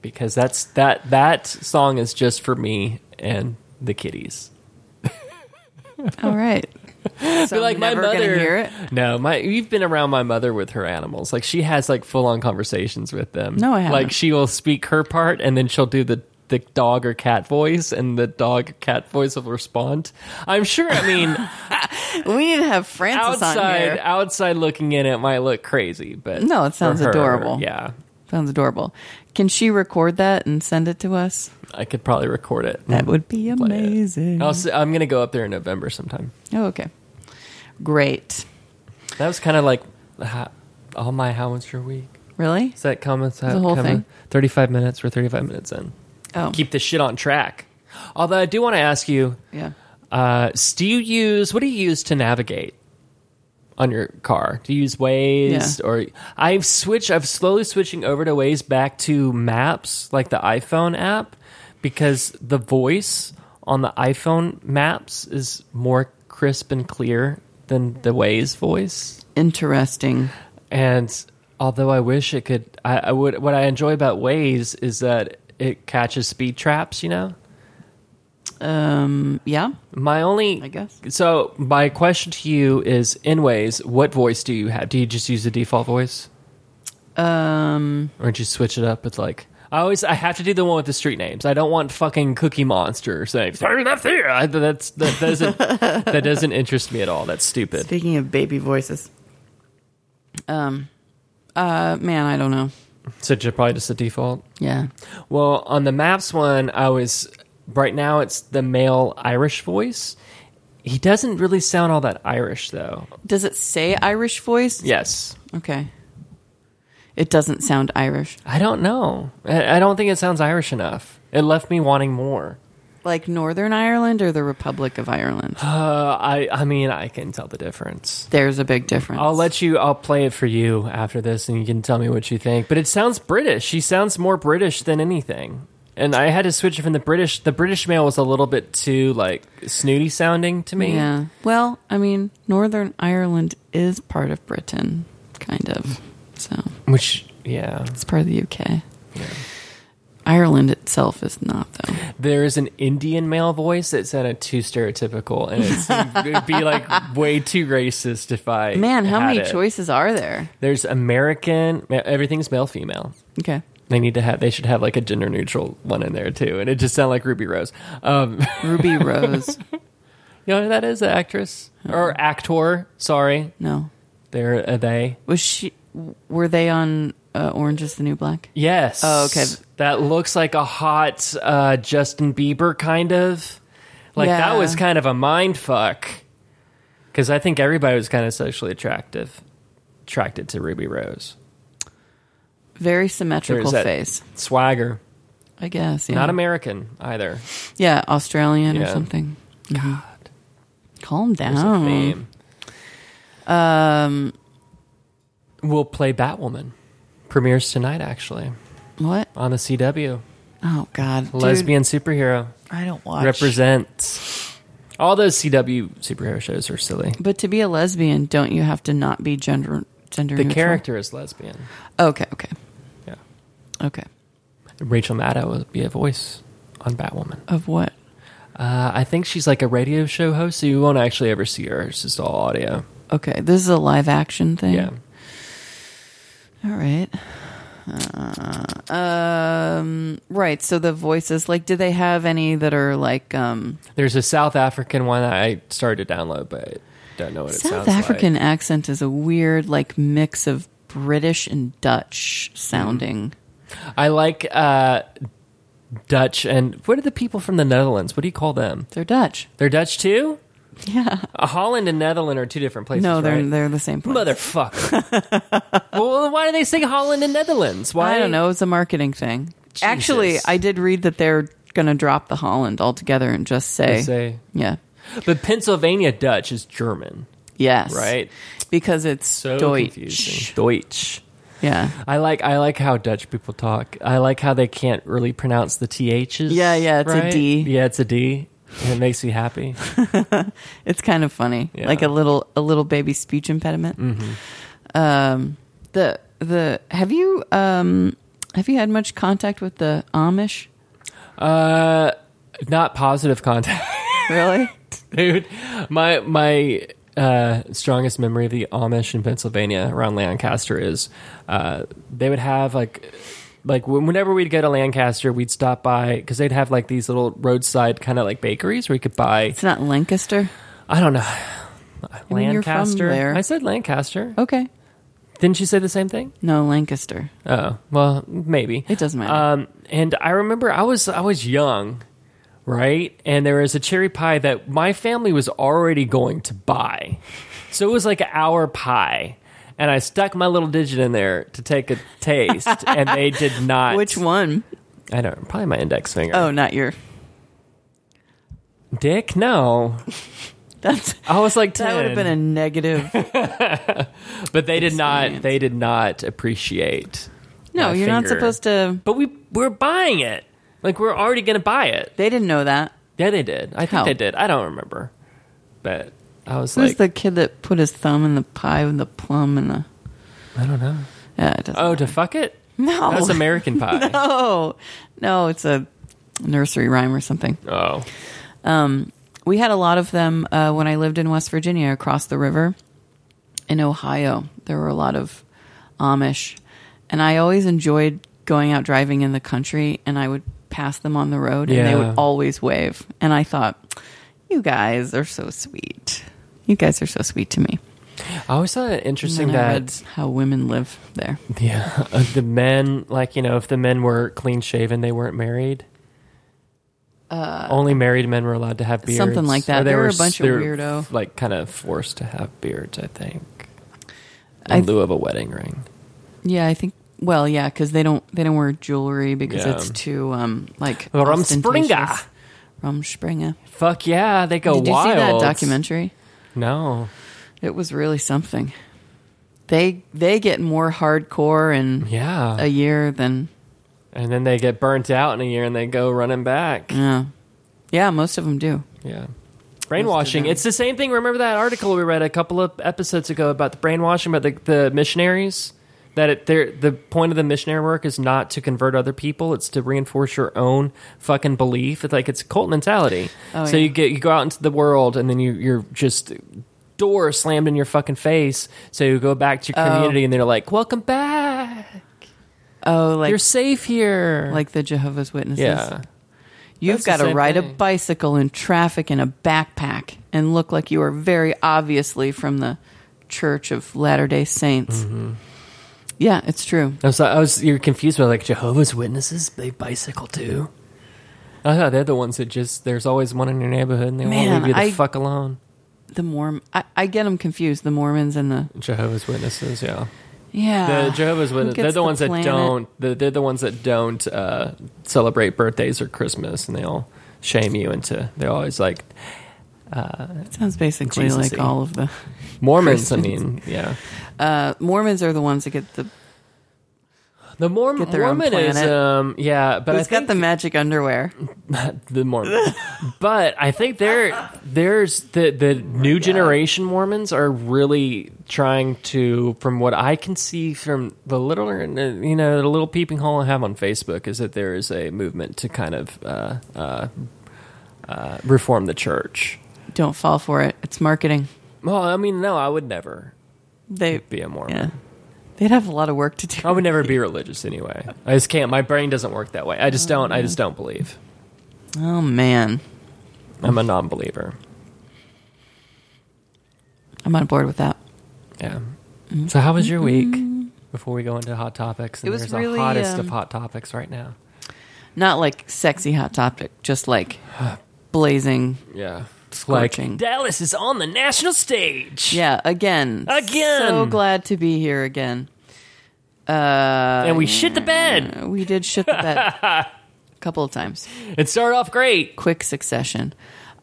because that's that that song is just for me and the kitties.
All right. So
But, like
I'm
my
never gonna
mother,
hear it.
no, my you've been around my mother with her animals. Like she has like full on conversations with them.
No, I haven't.
Like she will speak her part, and then she'll do the the dog or cat voice, and the dog or cat voice will respond. I'm sure. I mean.
We need to have Francis on
outside
here.
outside looking in it might look crazy but
No, it sounds
for her,
adorable.
yeah
Sounds adorable. Can she record that and send it to us?
I could probably record it.
That would be
Play it. Oh.
amazing.
I'll, s- I'm going to go up there in November sometime.
Oh, okay. Great.
That was kind of like ha- all my how was your week?
Really?
Is that coming?
The whole thing.
Thirty-five minutes. We're thirty-five minutes in.
Oh,
Keep this shit on track. Although I do want to ask you,
yeah.
uh, s- do you use what do you use to navigate on your car? Do you use Waze
Yeah.
or I've switched? I've slowly switching over to Waze back to Maps, like the iPhone app, because the voice on the iPhone Maps is more crisp and clear than the Waze voice.
Interesting.
And although I wish it could, I, I would. What I enjoy about Waze is that it catches speed traps. You know,
Um, yeah.
my only,
I guess.
So my question to you is: In Waze, what voice do you have? Do you just use the default voice,
Um,
or do you switch it up? It's like I always I have to do the one with the street names. I don't want fucking Cookie Monster saying "Turn left here." I, that's that doesn't that doesn't interest me at all. That's stupid.
speaking of baby voices. Um, uh, man, I don't know.
So just probably just the default.
Yeah.
Well, on the maps one, I was right now it's the male Irish voice. He doesn't really sound all that Irish though.
Does it say Irish voice?
Yes.
Okay. It doesn't sound Irish.
I don't know. I I don't think it sounds Irish enough. It left me wanting more.
Like Northern Ireland or the Republic of Ireland?
Uh, I I mean, I can tell the difference.
There's a big difference.
I'll let you. I'll play it for you after this, and you can tell me what you think. But it sounds British. She sounds more British than anything. And I had to switch it from the British. The British male was a little bit too like snooty sounding to me.
Yeah. Well, I mean, Northern Ireland is part of Britain, kind of. So
Which yeah.
it's part of the UK. Ireland itself is not, though.
there is an Indian male voice that sounded too stereotypical, and it seemed, it'd be like way too racist if I
Man, how
had
many
it.
choices are there?
There's American. ma- Everything's male, female.
Okay.
They need to have. They should have like a gender neutral one in there too, and it just sounded like Ruby Rose. Um,
Ruby Rose.
you know who that is? The actress or actor? Sorry,
No.
they're a they.
Was she, were they on uh, Orange is the New Black?
Yes.
Oh, okay.
That looks like a hot uh, Justin Bieber kind of. Like
Yeah.
that was kind of a mind fuck. Because I think everybody was kind of sexually attractive, attracted to Ruby Rose.
Very
There
symmetrical
is that
face,
swagger,
I guess. Yeah.
not American either.
yeah, Australian or
Yeah.
something. Mm-hmm.
God,
Calm
there's a
down.
theme. Um, we'll play Batwoman. Premieres tonight, actually,
What?
on the CW.
Oh, God. Dude,
Lesbian superhero
I don't watch.
represents. All those CW superhero shows are silly.
But to be a lesbian, don't you have to not be gender gender
The
neutral?
character is lesbian.
Okay, okay,
Yeah.
okay.
Rachel Maddow will be a voice on Batwoman.
Of what?
Uh, I think she's like a radio show host, so you won't actually ever see her. It's just all audio.
Okay, this is a live action thing.
Yeah.
All right. Uh, um. Right. So the voices, like, do they have any that are like um
There's a South African one that I started to download, but I don't know what it
South
sounds
African
like.
accent is a weird like mix of British and Dutch sounding.
I like uh, Dutch and what are the people from the Netherlands? What do you call them?
They're Dutch.
They're Dutch too?
Yeah.
Uh, Holland and Netherlands are two different places.
no, they're
right?
they're the same. place.
Motherfucker. well, why do they say Holland and Netherlands? Why?
I don't know. It's a marketing thing. Actually,
Jesus.
I did read that they're going to drop the Holland altogether and just say,
They say.
yeah,
But Pennsylvania Dutch is German,
yes,
right?
Because it's
So
Deutsch.
confusing. Deutsch.
Yeah,
I like I like how Dutch people talk. I like how they can't really pronounce the ths.
Yeah, yeah, it's a
right?
D.
Yeah, it's a D. And it makes me happy.
it's kind of funny,
Yeah. Mm-hmm.
like a little a little baby speech impediment. Um, the the have you um have you had much contact with the Amish?
Uh, not positive contact,
Really?
dude. My my uh, strongest memory of the Amish in Pennsylvania around Lancaster is uh, they would have like like when- whenever we'd go to Lancaster, we'd stop by because they'd have like these little roadside kind of like bakeries where you could buy
it's not Lancaster.
I don't know.
mean, you're from
Lancaster.
there.
I said Lancaster.
Okay.
Didn't you say the same thing?
No, Lancaster.
Oh, well, maybe.
It doesn't matter.
Um, and I remember I was I was young, right? And there was a cherry pie that my family was already going to buy, so it was like our pie. And I stuck my little digit in there to take a taste, and they did not.
Which one?
I don't. Probably my index finger.
Oh, not your.
Dick, no.
That's
I was like ten.
that would have been a negative.
but they did not.
experience.
They did not appreciate.
No,
my
you're not
finger.
supposed to.
But we we're buying it. Like we're already going to buy it.
They didn't know that.
Yeah, they did. I think
How?
they did. I don't remember, but I was
Who's
like,
the kid that put his thumb in the pie with the plum and the?
I don't know.
Yeah, it doesn't.
Oh, to fuck it.
no,
That's American Pie.
no, no, it's a nursery rhyme or something.
Oh,
We had a lot of them uh, when I lived in West Virginia across the river in Ohio. There were a lot of Amish. And I always enjoyed going out driving in the country and I would pass them on the road and they
Yeah.
would always wave. And I thought, you guys are so sweet. You guys are so sweet to me.
I always thought it interesting
And I read
that
how women live there.
yeah, uh, the men like you know if the men were clean shaven, they weren't married. Only married men were allowed to have beards.
Uh, Something like that.
Or
They were a
s-
bunch of
they were,
weirdo.
Like kind of forced to have beards, I think, in
I-
lieu of a wedding ring.
Yeah, I think. Well, yeah, because they don't they don't wear jewelry because
Yeah.
it's too um like
Rumspringa.
ostentatious. Rumspringa.
Fuck yeah, they go
Did you
wild.
see that documentary?
No,
It was really something. They they get more hardcore in
yeah,
a year than
and then they get burnt out in a year and they go running back.
yeah. Yeah, most of them do.
Yeah. Brainwashing.
them.
It's the same thing. Remember that article we read a couple of episodes ago about the brainwashing, about the, the missionaries? That it, they're- the point of the missionary work is not to convert other people; it's to reinforce your own fucking belief. It's like it's a cult mentality.
Oh,
so
yeah.
you get you go out into the world, and then you you're just door slammed in your fucking face. So you go back to your community, and they're like, "Welcome back.
Oh, like
you're safe here."
like the Jehovah's Witnesses.
yeah,
You've
that's the
got to
same
ride a
thing.
bicycle in traffic in a backpack and look like you are very obviously from the Church of Latter-day Saints.
Mm-hmm.
Yeah, it's true.
I was, I was you're confused by like Jehovah's Witnesses. They bicycle too. I thought they're the ones that just there's always one in your neighborhood and they
Man,
won't leave you the
I-
fuck alone.
The Mormon I, I get them confused, the Mormons and the
Jehovah's Witnesses, yeah.
Yeah.
The Jehovah's
Uh, Who
Witnesses. They're
gets
the, ones that
planet?
don't. The, they're the ones that don't uh, celebrate birthdays or Christmas, and they'll shame you into. They're always like
It sounds basically
Jesus-y.
like all of the
Mormons. I mean, yeah.
uh, Mormons are the ones that get the
The Morm-
Get their own
Mormonism, yeah, but
But
I
it's got
think
the magic underwear.
the Mormon. but I think there there's the the new generation Mormons are really trying to, from what I can see from the little you know the little peeping hole I have on Facebook, is that there is a movement to kind of uh, uh, uh, reform the church.
Don't fall for it. It's marketing.
Well, I mean, no, I would never
They
be a Mormon.
yeah, they'd have a lot of work to
I
do.
would never be religious anyway. I just can't. My brain doesn't work that way. I just don't. I just don't believe.
Oh man,
I'm a non-believer.
I'm on board with that.
Yeah. So how was your week? Before we go into hot topics,
Mm-hmm.
and
It was
there's
really,
the hottest of
um,
hot topics right now.
Not like sexy hot topic, just like blazing.
Yeah,
Scorching.
Like, Dallas is on the national stage.
Yeah, again,
Again.
So glad to be here again. Uh,
and we shit the bed.
we did shit the bed a couple of times.
It started off great.
quick succession.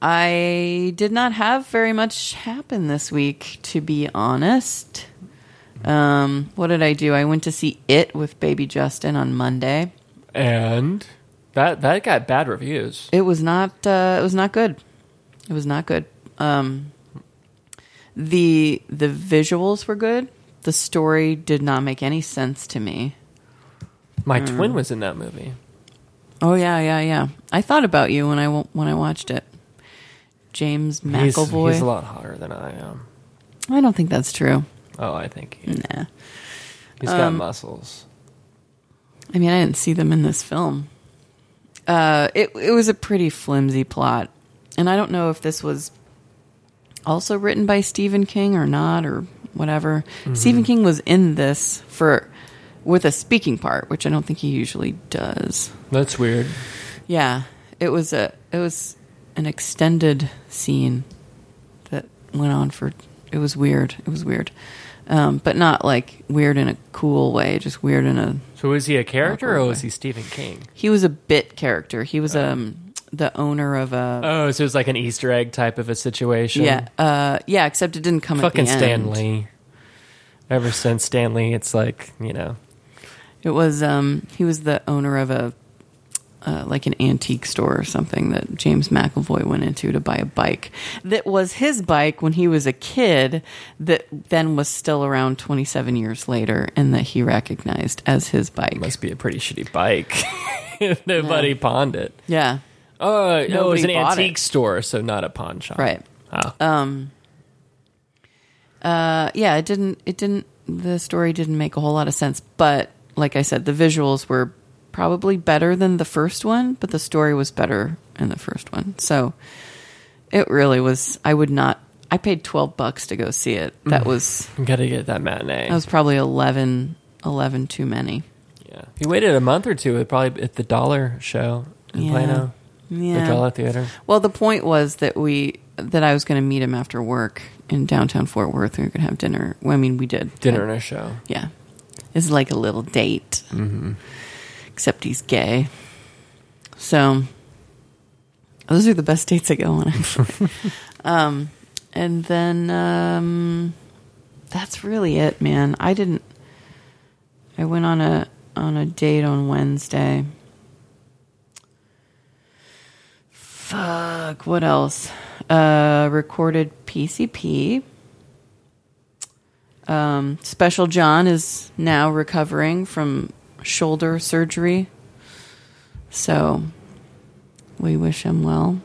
I did not have very much happen this week, to be honest. Um, what did I do? I went to see it with baby Justin on Monday.
And that that got bad reviews.
It was not. Uh, it was not good. It was not good. Um, the the visuals were good. The story did not make any sense to me.
My
Mm.
twin was in that movie.
Oh yeah, yeah, yeah. I thought about you when I wa- when I watched it. James
He's,
McAvoy.
he's a lot hotter than I am.
I don't think that's true.
Oh, I think he,
Nah.
has got
Um,
muscles.
I mean, I didn't see them in this film. Uh, it it was a pretty flimsy plot, and I don't know if this was also written by Stephen King or not, or whatever. Stephen King was in this for with a speaking part, which I don't think he usually does.
That's weird.
Yeah, it was a it was an extended scene that went on for it was weird. It was weird. Um, but not like weird in a cool way, just weird in a
So is he a character or
Awkward
was
way.
he Stephen King?
he was a bit character. He was um the owner of a
Oh, so it's like an Easter egg type of a situation.
yeah, uh yeah, except it didn't come
Fucking
at the end.
Stanley. Ever since Stanley, it's like, you know,
It was um he was the owner of a uh, like an antique store or something that James McAvoy went into to buy a bike that was his bike when he was a kid that then was still around 27 years later and that he recognized as his bike.
must be a pretty shitty bike. If Nobody pawned it.
Yeah.
Oh, no, it was an
Nobody bought
antique
it.
store, so not a pawn shop.
Right.
Ah.
Uh, yeah, it didn't it didn't the story didn't make a whole lot of sense, but like I said the visuals were probably better than the first one, but the story was better in the first one. So it really was I would not I paid 12 bucks to go see it. That was
You Gotta get that matinee.
that was probably 11 11 too many.
yeah. He waited a month or two, it probably at the Dollar Show in
Yeah.
Plano, the
Yeah.
Dollar Theater.
Well, the point was that we that I was going to meet him after work in downtown Fort Worth. We were going to have dinner. Well, I mean, we did
Dinner and a show.
Yeah, it's like a little date. Except he's gay. So those are the best dates I go on. actually. um, and then um, that's really it, man. I didn't. I went on a on a date on Wednesday. Fuck. What else? Uh, recorded PCP. Um, Special John is now recovering from shoulder surgery. So we wish him well.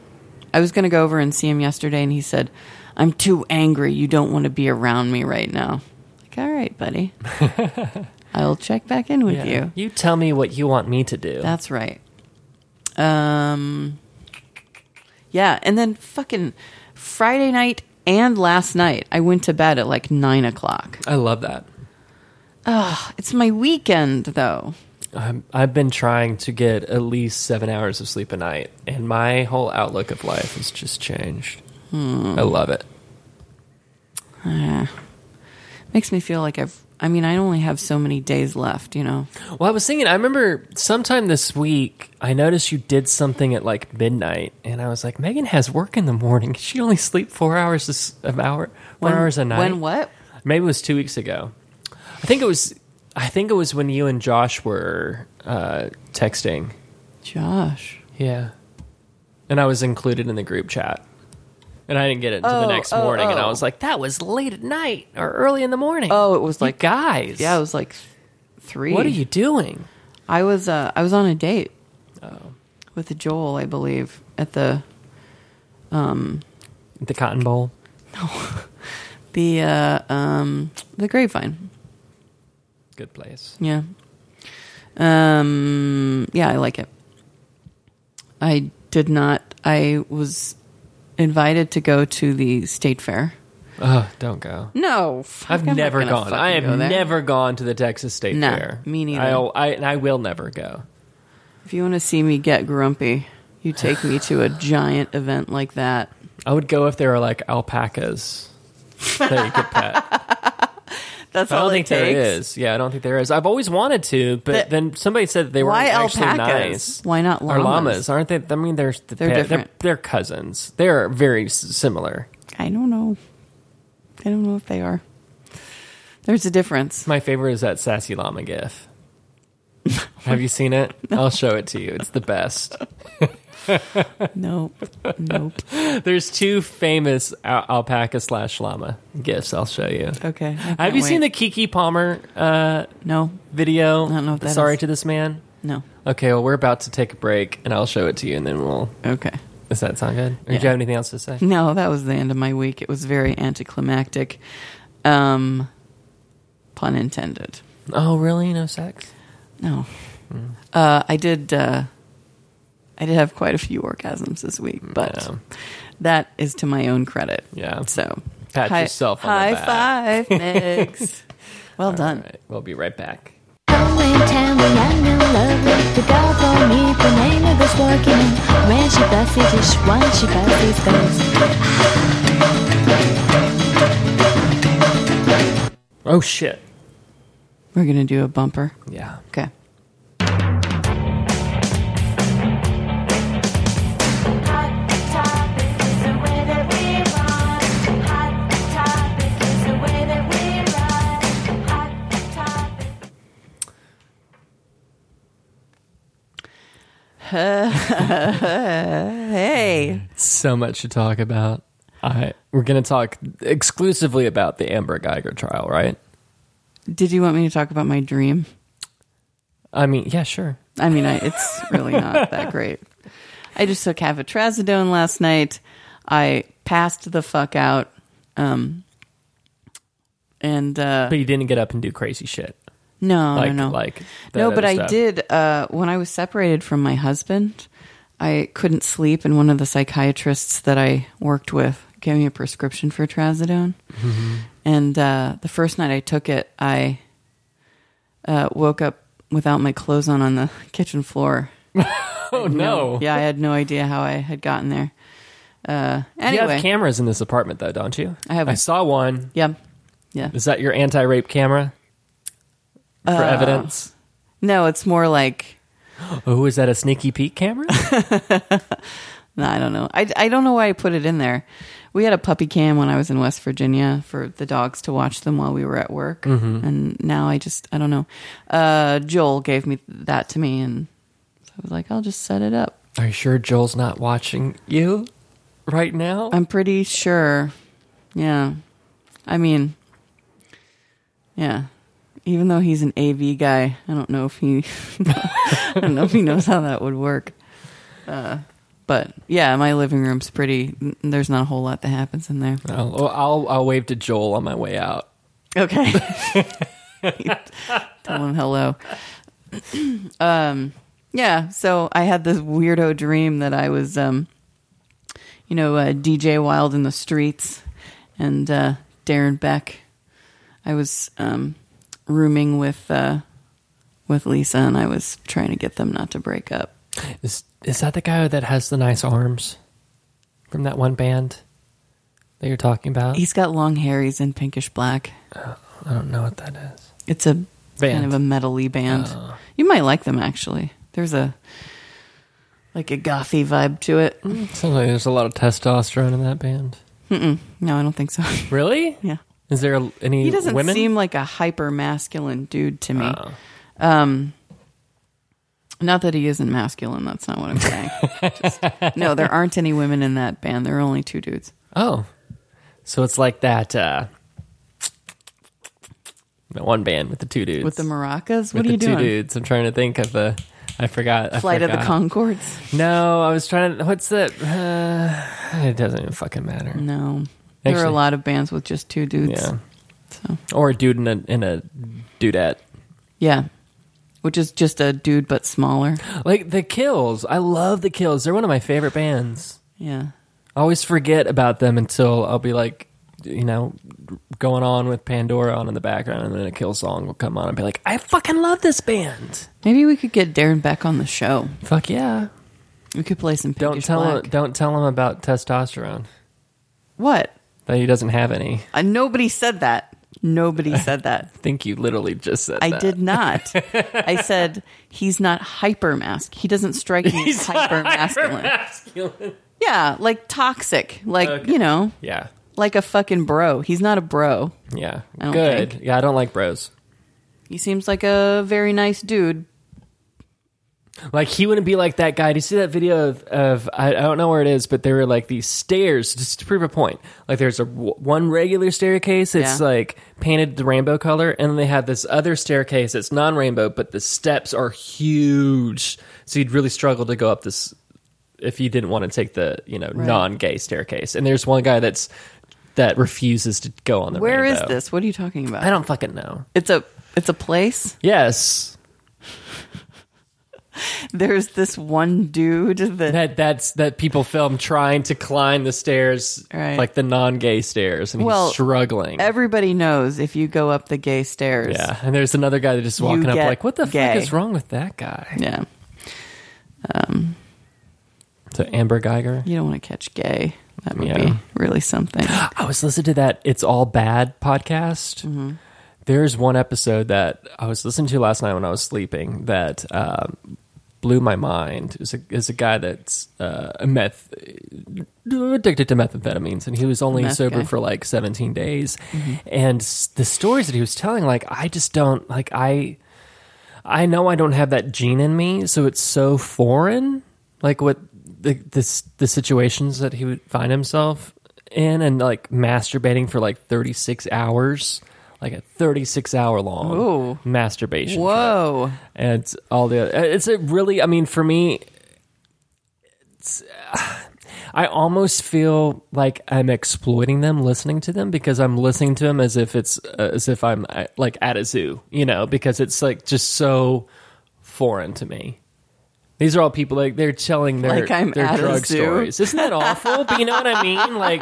I was going to go over and see him yesterday, and he said, I'm too angry. You don't want to be around me right now. Like, all right, buddy. I'll check back in with
Yeah.
you.
You tell me what you want me to do.
That's right. Um, yeah, and then fucking Friday night and last night, I went to bed at like nine o'clock.
I love that.
It's my weekend, though.
I'm, Um, I've been trying to get at least seven hours of sleep a night, and my whole outlook of life has just changed.
Hmm.
I love it.
Eh. Makes me feel like I've. I mean, I only have so many days left, you know.
Well, I was thinking, I remember sometime this week, I noticed you did something at like midnight, and I was like, Megan has work in the morning. She only sleep four hours a s- of hour, four hours a night.
When what?
Maybe it was two weeks ago. I think it was. I think it was when you and Josh were uh, texting.
Josh.
Yeah. And I was included in the group chat. And I didn't get it until the
Oh,
next
oh,
morning. And I
oh.
was like, that was late at night or early in the morning.
Oh, it was
You
like-
guys.
Yeah, it was like th- three.
what are you doing?
I was. Uh, I was on a date.
Oh.
With Joel, I believe, at the
The Cotton Bowl.
the uh, um the Grapevine.
Good place.
Yeah. Um yeah, I like it. I did not I was invited to go to the state fair.
Oh, don't go.
No. fuck,
I've
I'm not
never
gonna
gone.
fucking
I have
go there.
never gone to the Texas State
Nah,
Fair.
me neither.
I'll- I, and I will never go.
If you want to see me get grumpy, you take me to a giant event like that.
I would go if there were like alpacas that you could pet.
That's
I
all
don't
it
think
takes.
there is. Yeah, I don't think there is. I've always wanted to, but
But-
then somebody said they were
Why
actually
alpacas?
nice.
Why not
Or
llamas?
llamas aren't they? I mean, they're
They're different.
They're, they're cousins. They're very s- similar.
I don't know. I don't know if they are. There's a difference.
My favorite is that sassy llama gif. Have you seen it? I'll show it to you. It's the best.
Nope. Nope.
There's two famous al- alpaca slash llama gifs. I'll show you.
Okay.
Have you seen the Kiki Palmer uh,
No.
video?
I don't know what that
Sorry
is.
to this man.
No.
Okay, well, we're about to take a break, and I'll show it to you, and then we'll
Okay.
Does that sound good? Or do you
Yeah.
have anything else to say?
No, that was the end of my week. It was very anticlimactic. Um, pun intended.
Oh, really? No sex?
No,
Hmm.
uh, I did. Uh, I did have quite a few orgasms this week, but
Yeah.
that is to my own credit.
Yeah.
So
Pat
Hi-
yourself on
high
the back.
five, Mix. well done.
All right, we'll be right back.
Halloween town, the young and lovely. The girl from Nipple name of us working in. When she passes, just one she passes goes.
Oh shit.
We're gonna do a bumper.
Yeah.
Okay. Hey.
So much to talk about. I we're gonna talk exclusively about the Amber Geiger trial, right?
Did you want me to talk about my dream?
I mean, yeah, sure.
I mean, I, it's really not that great. I just took half a trazodone last night. I passed the fuck out. Um, and uh,
But you didn't get up and do crazy shit.
Oh, no,
Like
no, no,
like that
no.
other
But I
stuff.
did uh, when I was separated from my husband. I couldn't sleep, and one of the psychiatrists that I worked with gave me a prescription for trazodone.
Mm-hmm.
And uh, the first night I took it, I uh, woke up without my clothes on on the kitchen floor.
Oh no.
Yeah, I had no idea how I had gotten there. Uh,
You have
anyway,
cameras in this apartment though, don't you?
I have-
I saw one.
yeah, yeah.
Is that your anti rape camera? For
Uh,
evidence?
No, it's more like
Oh, is that a sneaky peek camera?
no, I don't know. I I don't know why I put it in there. We had a puppy cam when I was in West Virginia for the dogs to watch them while we were at work,
Mm-hmm.
and now I just I don't know. Uh, Joel gave me that to me, and so I was like, I'll just set it up.
Are you sure Joel's not watching you right now?
I'm pretty sure. Yeah. I mean, yeah. Even though he's an AV guy, I don't know if he, I don't know if he knows how that would work. Uh, but yeah, my living room's pretty. n- There's not a whole lot that happens in there.
I'll, I'll I'll wave to Joel on my way out.
Okay. Tell him hello. um, yeah. So I had this weirdo dream that I was, um, you know, uh, DJ Wild in the streets and uh, Darren Beck. I was um, rooming with uh, with Lisa, and I was trying to get them not to break up.
Is is that the guy that has the nice arms from that one band that you're talking about?
He's got long hair. He's in pinkish black.
I don't know what that is.
It's a
Band. Uh.
kind of a metally band. You might like them actually. There's a like a gothy vibe to it.
Sounds like there's a lot of testosterone in that band.
No, I don't think so.
Really?
yeah.
Is there any
He doesn't
women?
seem like a hyper masculine dude to me.
Oh.
Um not that he isn't masculine, that's not what I'm saying. Just- no, there aren't any women in that band. There are only two dudes.
Oh. so it's like that. Uh, that one band with the two dudes.
With the maracas? What
With
are you
the
doing?
two dudes. I'm trying to think of the. I forgot. I
Flight of the
forgot.
Concords?
No, I was trying to. What's that? Uh, it doesn't even fucking matter.
No. There are a
Actually-
lot of bands with just two dudes.
Yeah.
So
Or a dude in a in a dudette.
yeah. Which is just a dude but smaller.
Like the Kills. I love the Kills. They're one of my favorite bands.
Yeah.
I always forget about them until I'll be like, you know, going on with Pandora on in the background, and then a Kill song will come on and be like, I fucking love this band.
Maybe we could get Darren Beck on the show.
Fuck yeah.
We could play some
Don't
Pinkish
tell
Black.
him. Don't tell him about testosterone.
What?
That he doesn't have any.
Uh, nobody said that. Nobody said that.
I think you literally just said.
I
that.
did not. I said he's not hyper mask. He doesn't strike me as hyper masculine.
Masculine.
Yeah, like toxic. Like
Okay.
you know,
Yeah.
like a fucking bro. He's not a bro.
Yeah.
I don't
Good.
think.
Yeah, I don't like bros.
He seems like a very nice dude.
Like he wouldn't be like that guy. Do you see that video of, of I, I don't know where it is, but there were like these stairs just to prove a point. Like there's a w- one regular staircase that's
Yeah.
like painted the rainbow color, and then they have this other staircase that's non-rainbow, but the steps are huge, so you'd really struggle to go up this if you didn't want to take the you know non-gay staircase. And there's one guy that's that refuses to go on the.
Where is
rainbow.
this? What are you talking about?
I don't fucking know.
It's a it's a place.
Yes.
there's this one dude that
That that's that people film trying to climb the stairs,
Right.
like the non-gay stairs, and
Well,
he's struggling.
everybody knows if you go up the gay stairs.
yeah, and there's another guy that just walking up,
get
like, what the
gay.
fuck is wrong with that guy?
Yeah.
So Amber Geiger.
You don't want to catch gay. That would
Yeah.
be really something.
I was listening to that "It's All Bad" podcast. There's one episode that I was listening to last night when I was sleeping that um, blew my mind. Is a is a guy that's uh, a meth addicted to methamphetamines, and he was only
Meth
sober
guy. Mm-hmm.
for like 17 days. And s- the stories that he was telling, like I just don't like I. I know I don't have that gene in me, so it's so foreign. Like what the this the situations that he would find himself in, and like masturbating for like thirty six hours, like a thirty six hour long
Ooh.
masturbation. trip.
Whoa.
And it's all the it's a really. I mean, for me, it's. I almost feel like I'm exploiting them listening to them because I'm listening to them as if it's uh, as if I'm uh, like at a zoo, you know, because it's like just so foreign to me. These are all people like they're telling their
Like I'm
their
at a
drug
zoo.
stories. Isn't that awful? but you know what I mean? Like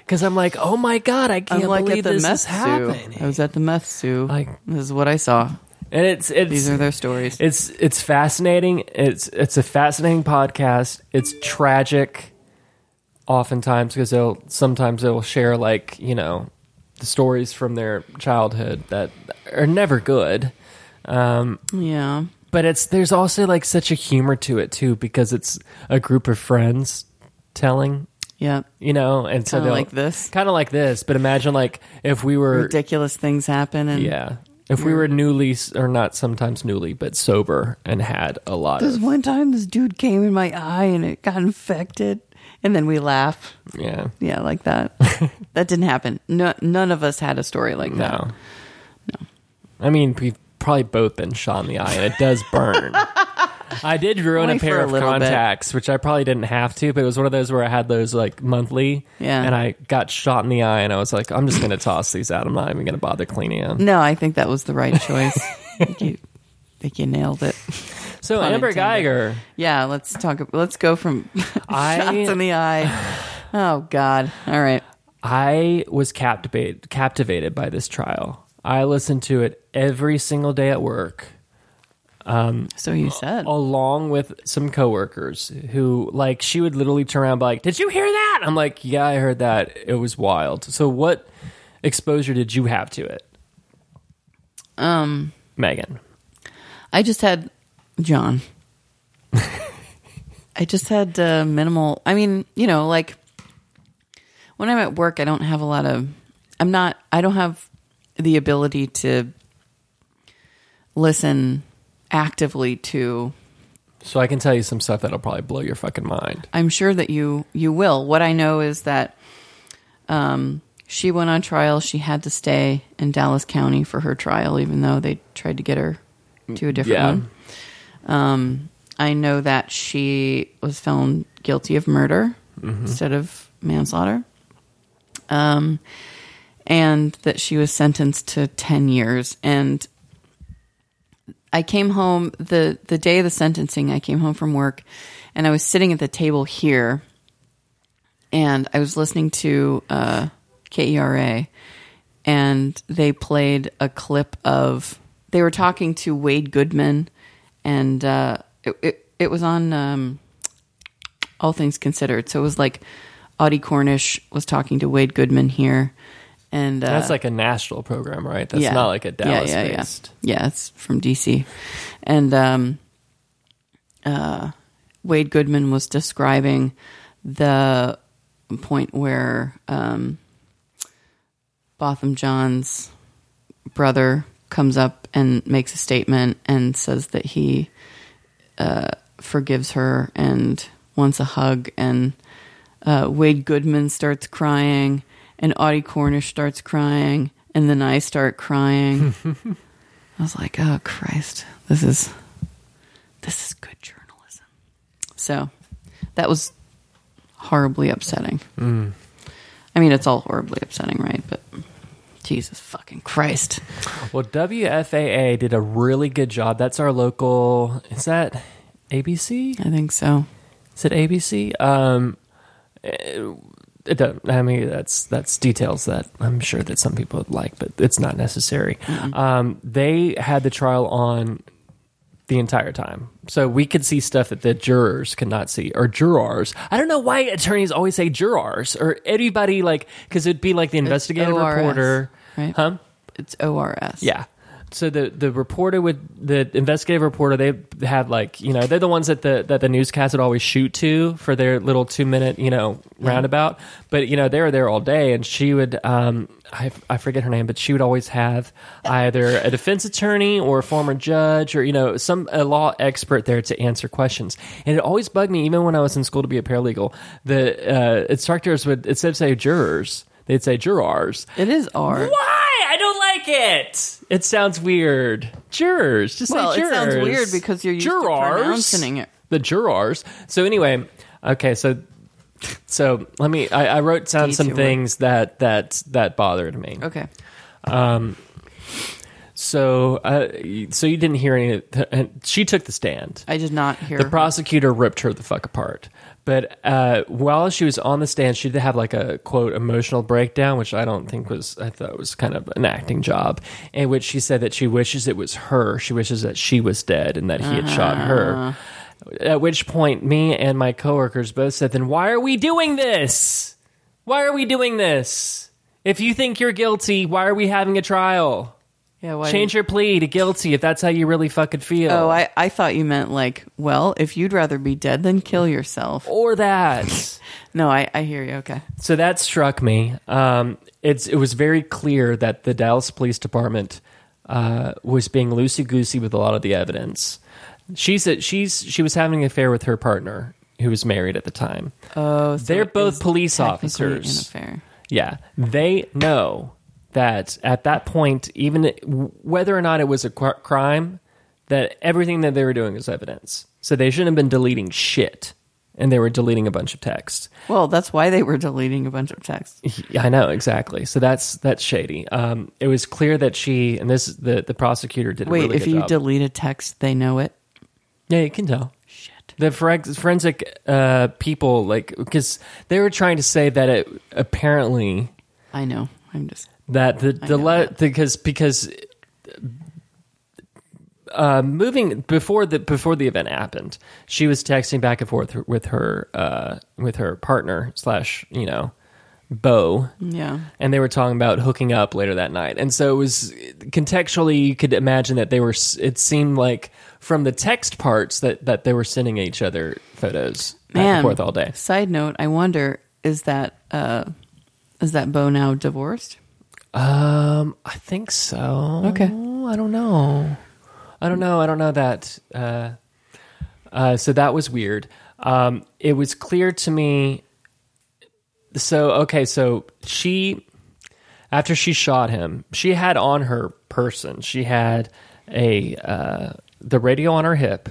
because I'm like, "Oh my god, I
I'm
can't
like
believe
at the
this
meth
is
zoo.
happening."
I was at the meth zoo.
Like-
this is what I saw.
and it's it's
These are their stories.
It's it's fascinating. It's it's a fascinating podcast. It's tragic, oftentimes because they'll sometimes they'll share like you know the stories from their childhood that are never good.
yeah.
But it's there's also like such a humor to it too because it's a group of friends telling
Yeah.
you know, and so
Kinda like this?
kind of like this. But imagine like if we were
Ridiculous things happen and
yeah. If we were newly, s- or not sometimes newly, but sober and had a lot
This
of
one time, this dude came in my eye and it got infected, and then we laugh.
yeah,
Yeah, like that. that didn't happen. No, none of us had a story like
No.
that.
I mean, we've probably both been shot in the eye, and it does burn. I did ruin
Only
a
for
pair
a
of
little bit.
contacts, which I probably didn't have to, but it was one of those where I had those like monthly,
Yeah.
and I got shot in the eye, and I was like, I'm just going to toss these out. I'm not even going to bother cleaning them.
No, I think that was the right choice. I think you, think you nailed it.
So
Pun
Amber
intended.
Geiger,
Yeah, let's talk. ab- Let's go from
I-
shots in the eye. Oh God! All right.
I was captivated captivated by this trial. I listened to it every single day at work.
So you said
along with some coworkers who like she would literally turn around and be like did you hear that i'm like yeah i heard that it was wild so what exposure did you have to it um megan
I just had John. I just had uh, minimal. I mean, you know, like when I'm at work, I don't have a lot of. I'm not. I don't have the ability to listen actively to.
so i can tell you some stuff that'll probably blow your fucking mind
I'm sure that you you will. What I know is that um, she went on trial. She had to stay in Dallas County for her trial, even though they tried to get her to a different
Yeah.
one. Um, I know that she was found guilty of murder instead of manslaughter, um, and that she was sentenced to ten years. And I came home the the day of the sentencing. I came home from work, and I was sitting at the table here, and I was listening to uh, KERA, and they played a clip of they were talking to Wade Goodman, and uh, it, it it was on um, All Things Considered. So it was like Audie Cornish was talking to Wade Goodman here, and uh,
that's like a national program right that's
yeah.
not like a
Yeah,
dallas
yeah, yeah,
based
Yeah. it's from DC. And um, uh, Wade Goodman was describing the point where um, Botham John's brother comes up and makes a statement and says that he uh, forgives her and wants a hug and uh, Wade Goodman starts crying, and Audie Cornish starts crying, and then I start crying. I was like, "Oh Christ, this is this is good journalism." So that was horribly upsetting.
Mm.
I mean, it's all horribly upsetting, right? But Jesus fucking Christ,
well wfaa did a really good job that's our local is that ABC?
I think so.
Is it ABC? Um, eh, it, it don't- I mean, that's that's details that I'm sure that some people would like, but it's not necessary. Um, they had the trial on the entire time, so we could see stuff that the jurors could not see or jurors. I don't know why attorneys always say jurors or anybody like because it'd be like the investigative
ORS,
reporter,
right?
huh?
It's ORS.
Yeah. So the the reporter would the investigative reporter they had like you know they're the ones that the that the newscast would always shoot to for their little two minute you know roundabout but you know they were there all day and she would um I, I forget her name but she would always have either a defense attorney or a former judge or you know some a law expert there to answer questions and it always bugged me even when I was in school to be a paralegal the uh, instructors would instead of say jurors they'd say jurors
It is R.
why? I don't like it. It sounds weird. Jurors. Just
Well,
say
it
jurors.
sounds weird because you're used to pronouncing it.
The jurors. So anyway, okay, so so let me I, I wrote down some
Detour.
things that that that bothered me.
Okay.
So uh, so you didn't hear any and she took the stand.
I did not hear.
The prosecutor ripped her the fuck apart. But uh, while she was on the stand, she did have like a quote emotional breakdown, which I don't think was I thought was kind of an acting job, in which she said that she wishes it was her. She wishes that she was dead and that he had shot
Uh-huh.
her. At which point, me and my coworkers both said, "Then why are we doing this? Why are we doing this? If you think you're guilty, why are we having a trial?
yeah, why
Change your plea to guilty if that's how you really fucking feel."
Oh, I, I thought you meant like, well, if you'd rather be dead than kill yourself.
or that.
No, I, I hear you. Okay.
So that struck me. Um, it's it was very clear that the Dallas Police Department uh, was being loosey goosey with a lot of the evidence. She said she's she was having an affair with her partner who was married at the time.
Oh, so
They're
it
both
is
police
technically
officers.
An affair.
Yeah, they know that at that point, even whether or not it was a cr- crime, that everything that they were doing was evidence. So they shouldn't have been deleting shit, and they were deleting a bunch of text.
Well, that's why they were deleting a bunch of texts.
Yeah, I know exactly. So that's that's shady. Um, it was clear that she and this the the prosecutor did.
Wait,
a really
if
good
you
job.
delete a text, they know it.
yeah, you can tell.
Shit.
The forens- forensic uh, people, like, because they were trying to say that it apparently
I know. I'm just.
that the the
know
le-
that.
because because uh, moving before the before the event happened, she was texting back and forth with her uh, with her partner slash you know beau
Yeah.
and they were talking about hooking up later that night. And so it was contextually, you could imagine that they were. It seemed like from the text parts that that they were sending each other photos back and
Man.
forth all day.
Side note, I wonder is that uh is that Bo now divorced?
Um, I think so.
Okay.
I don't know. I don't know. I don't know that. Uh, uh, so that was weird. Um, it was clear to me. So okay, so she after she shot him, she had on her person. She had a uh, the radio on her hip.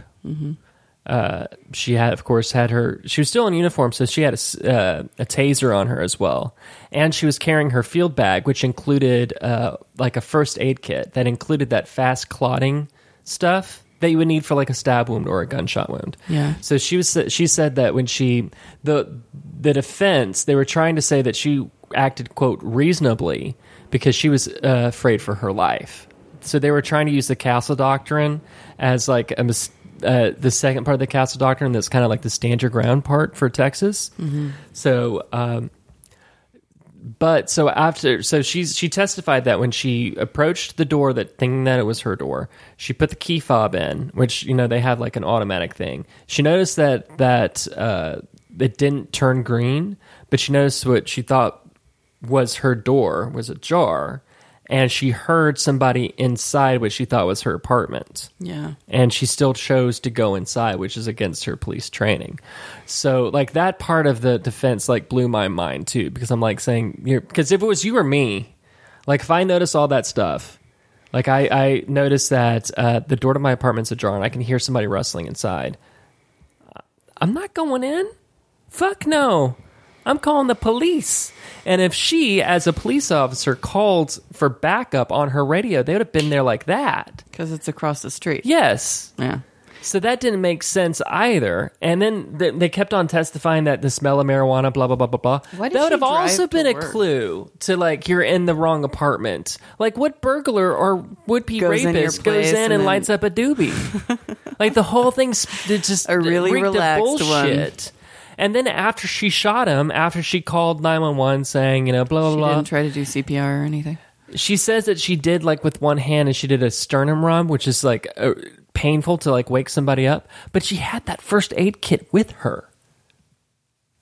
Uh, she had, of course, had her. She was still in uniform, so she had a, s- uh, a taser on her as well, and she was carrying her field bag, which included uh, like a first aid kit that included that fast clotting stuff that you would need for like a stab wound or a gunshot wound.
Yeah.
So she was she said that when she the the defense they were trying to say that she acted quote reasonably because she was uh, afraid for her life. So they were trying to use the castle doctrine as like a mis- uh, the second part of the castle doctrine that's kind of like the stand your ground part for Texas. So um, but so after so she's she testified that when she approached the door that thinking that it was her door she put the key fob in which you know they have like an automatic thing she noticed that that uh it didn't turn green but she noticed what she thought was her door was ajar and she heard somebody inside what she thought was her apartment
Yeah.
and she still chose to go inside, which is against her police training. So, like that part of the defense, like blew my mind too, because I'm like saying, you're because if it was you or me, like if I notice all that stuff, like I I notice that uh, the door to my apartment's ajar and I can hear somebody rustling inside. I'm not going in. Fuck no. I'm calling the police. And if she, as a police officer, called for backup on her radio, they would have been there like that.
Cuz it's across the street.
Yes.
Yeah.
So that didn't make sense either. And then th- they kept on testifying that the smell of marijuana, blah blah blah blah blah.
Why did
that
she
would have
drive
also
to
been a
work?
clue to like you're in the wrong apartment. Like what burglar or would be
Goes in your
rapist
place
goes in and,
and then-
lights up a doobie? like the whole thing's it just
A really
reeked of
relaxed one.
bullshit. And then after she shot him, after she called nine one one saying you know blah blah
She
blah,
didn't try to do CPR or anything.
she says that she did like with one hand and she did a sternum rub, which is like uh, painful to like wake somebody up. But she had that first aid kit with her.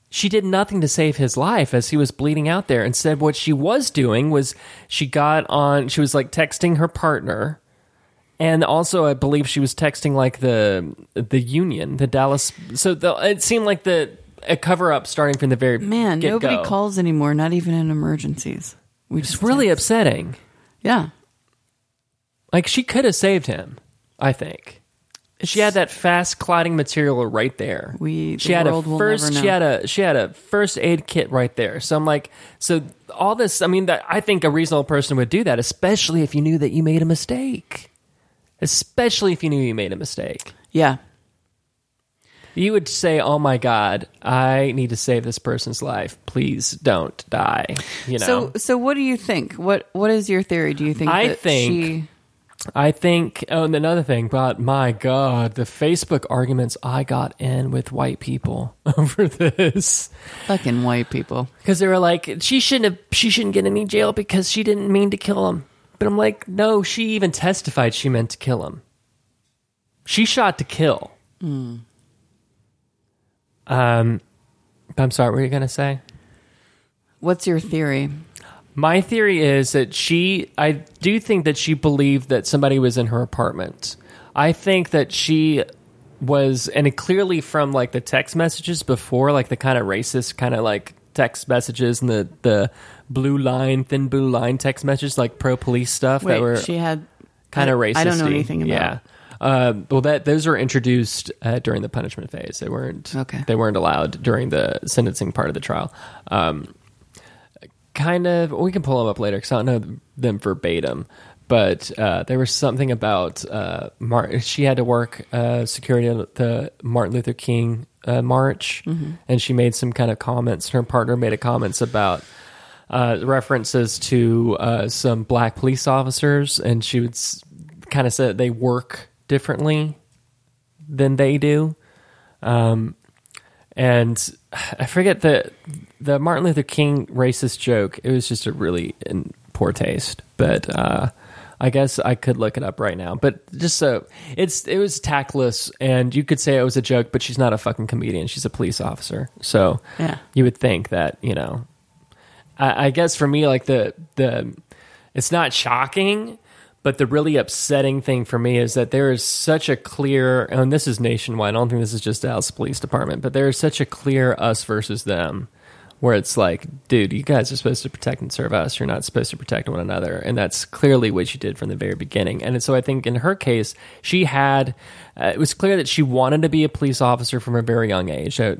She did nothing to save his life as he was bleeding out there. Instead, what she was doing was she got on, she was like texting her partner. And also, I believe she was texting like the the union, the Dallas. So the, it seemed like the a cover up starting from the very
Man,
get-go.
nobody calls anymore, not even in emergencies. We
It's
just
really upsetting.
yeah.
Like she could have saved him, I think. She had that fast clotting material right there.
We- the
she had
world
a
will
first.
never
She
know.
had a she had a first aid kit right there. So I'm like, so all this. I mean, that I think a reasonable person would do that, especially if you knew that you made a mistake. Especially if you knew you made a mistake,
Yeah.
you would say, "Oh my God, I need to save this person's life. Please don't die." You know.
So so what do you think? What what is your theory? Do you think
I
that
think-
she
I think, oh, and another thing, but my God, the Facebook arguments I got in with white people over this.
fucking white people?
Because they were like, she shouldn't have, she shouldn't get any jail because she didn't mean to kill him. But I'm like, no, she even testified she meant to kill him. She shot to kill. Um, I'm sorry, what were you going to say?
What's your theory?
My theory is that she, I do think that she believed that somebody was in her apartment. I think that she was, and it clearly from like the text messages before, like the kind of racist kind of like text messages and the, the blue line, thin blue line text messages, like pro police stuff that
Wait,
were
she had
kind of
I-
racist.
I don't know anything about.
Yeah. Uh, well, that those were introduced uh, during the punishment phase. They weren't.
Okay.
They weren't allowed during the sentencing part of the trial. Um, kind of. We can pull them up later because I don't know them verbatim. But uh, there was something about uh, Mar- she had to work uh, security at the Martin Luther King uh, march, and she made some kind of comments. Her partner made a comments about uh, references to uh, some black police officers, and she would s- kind of say that they work differently than they do. Um, and I forget the the Martin Luther King racist joke. It was just a really in poor taste, but uh, I guess I could look it up right now. But just so it's it was tactless, and you could say it was a joke, but she's not a fucking comedian. She's a police officer, so
Yeah.
you would think that you know. I, I guess for me, like the the it's not shocking. But the really upsetting thing for me is that there is such a clear, and this is nationwide. I don't think this is just Dallas Police Department, but there is such a clear us versus them, where it's like, dude, you guys are supposed to protect and serve us. You're not supposed to protect one another, and that's clearly what you did from the very beginning. And so I think in her case, she had uh, it was clear that she wanted to be a police officer from a very young age. So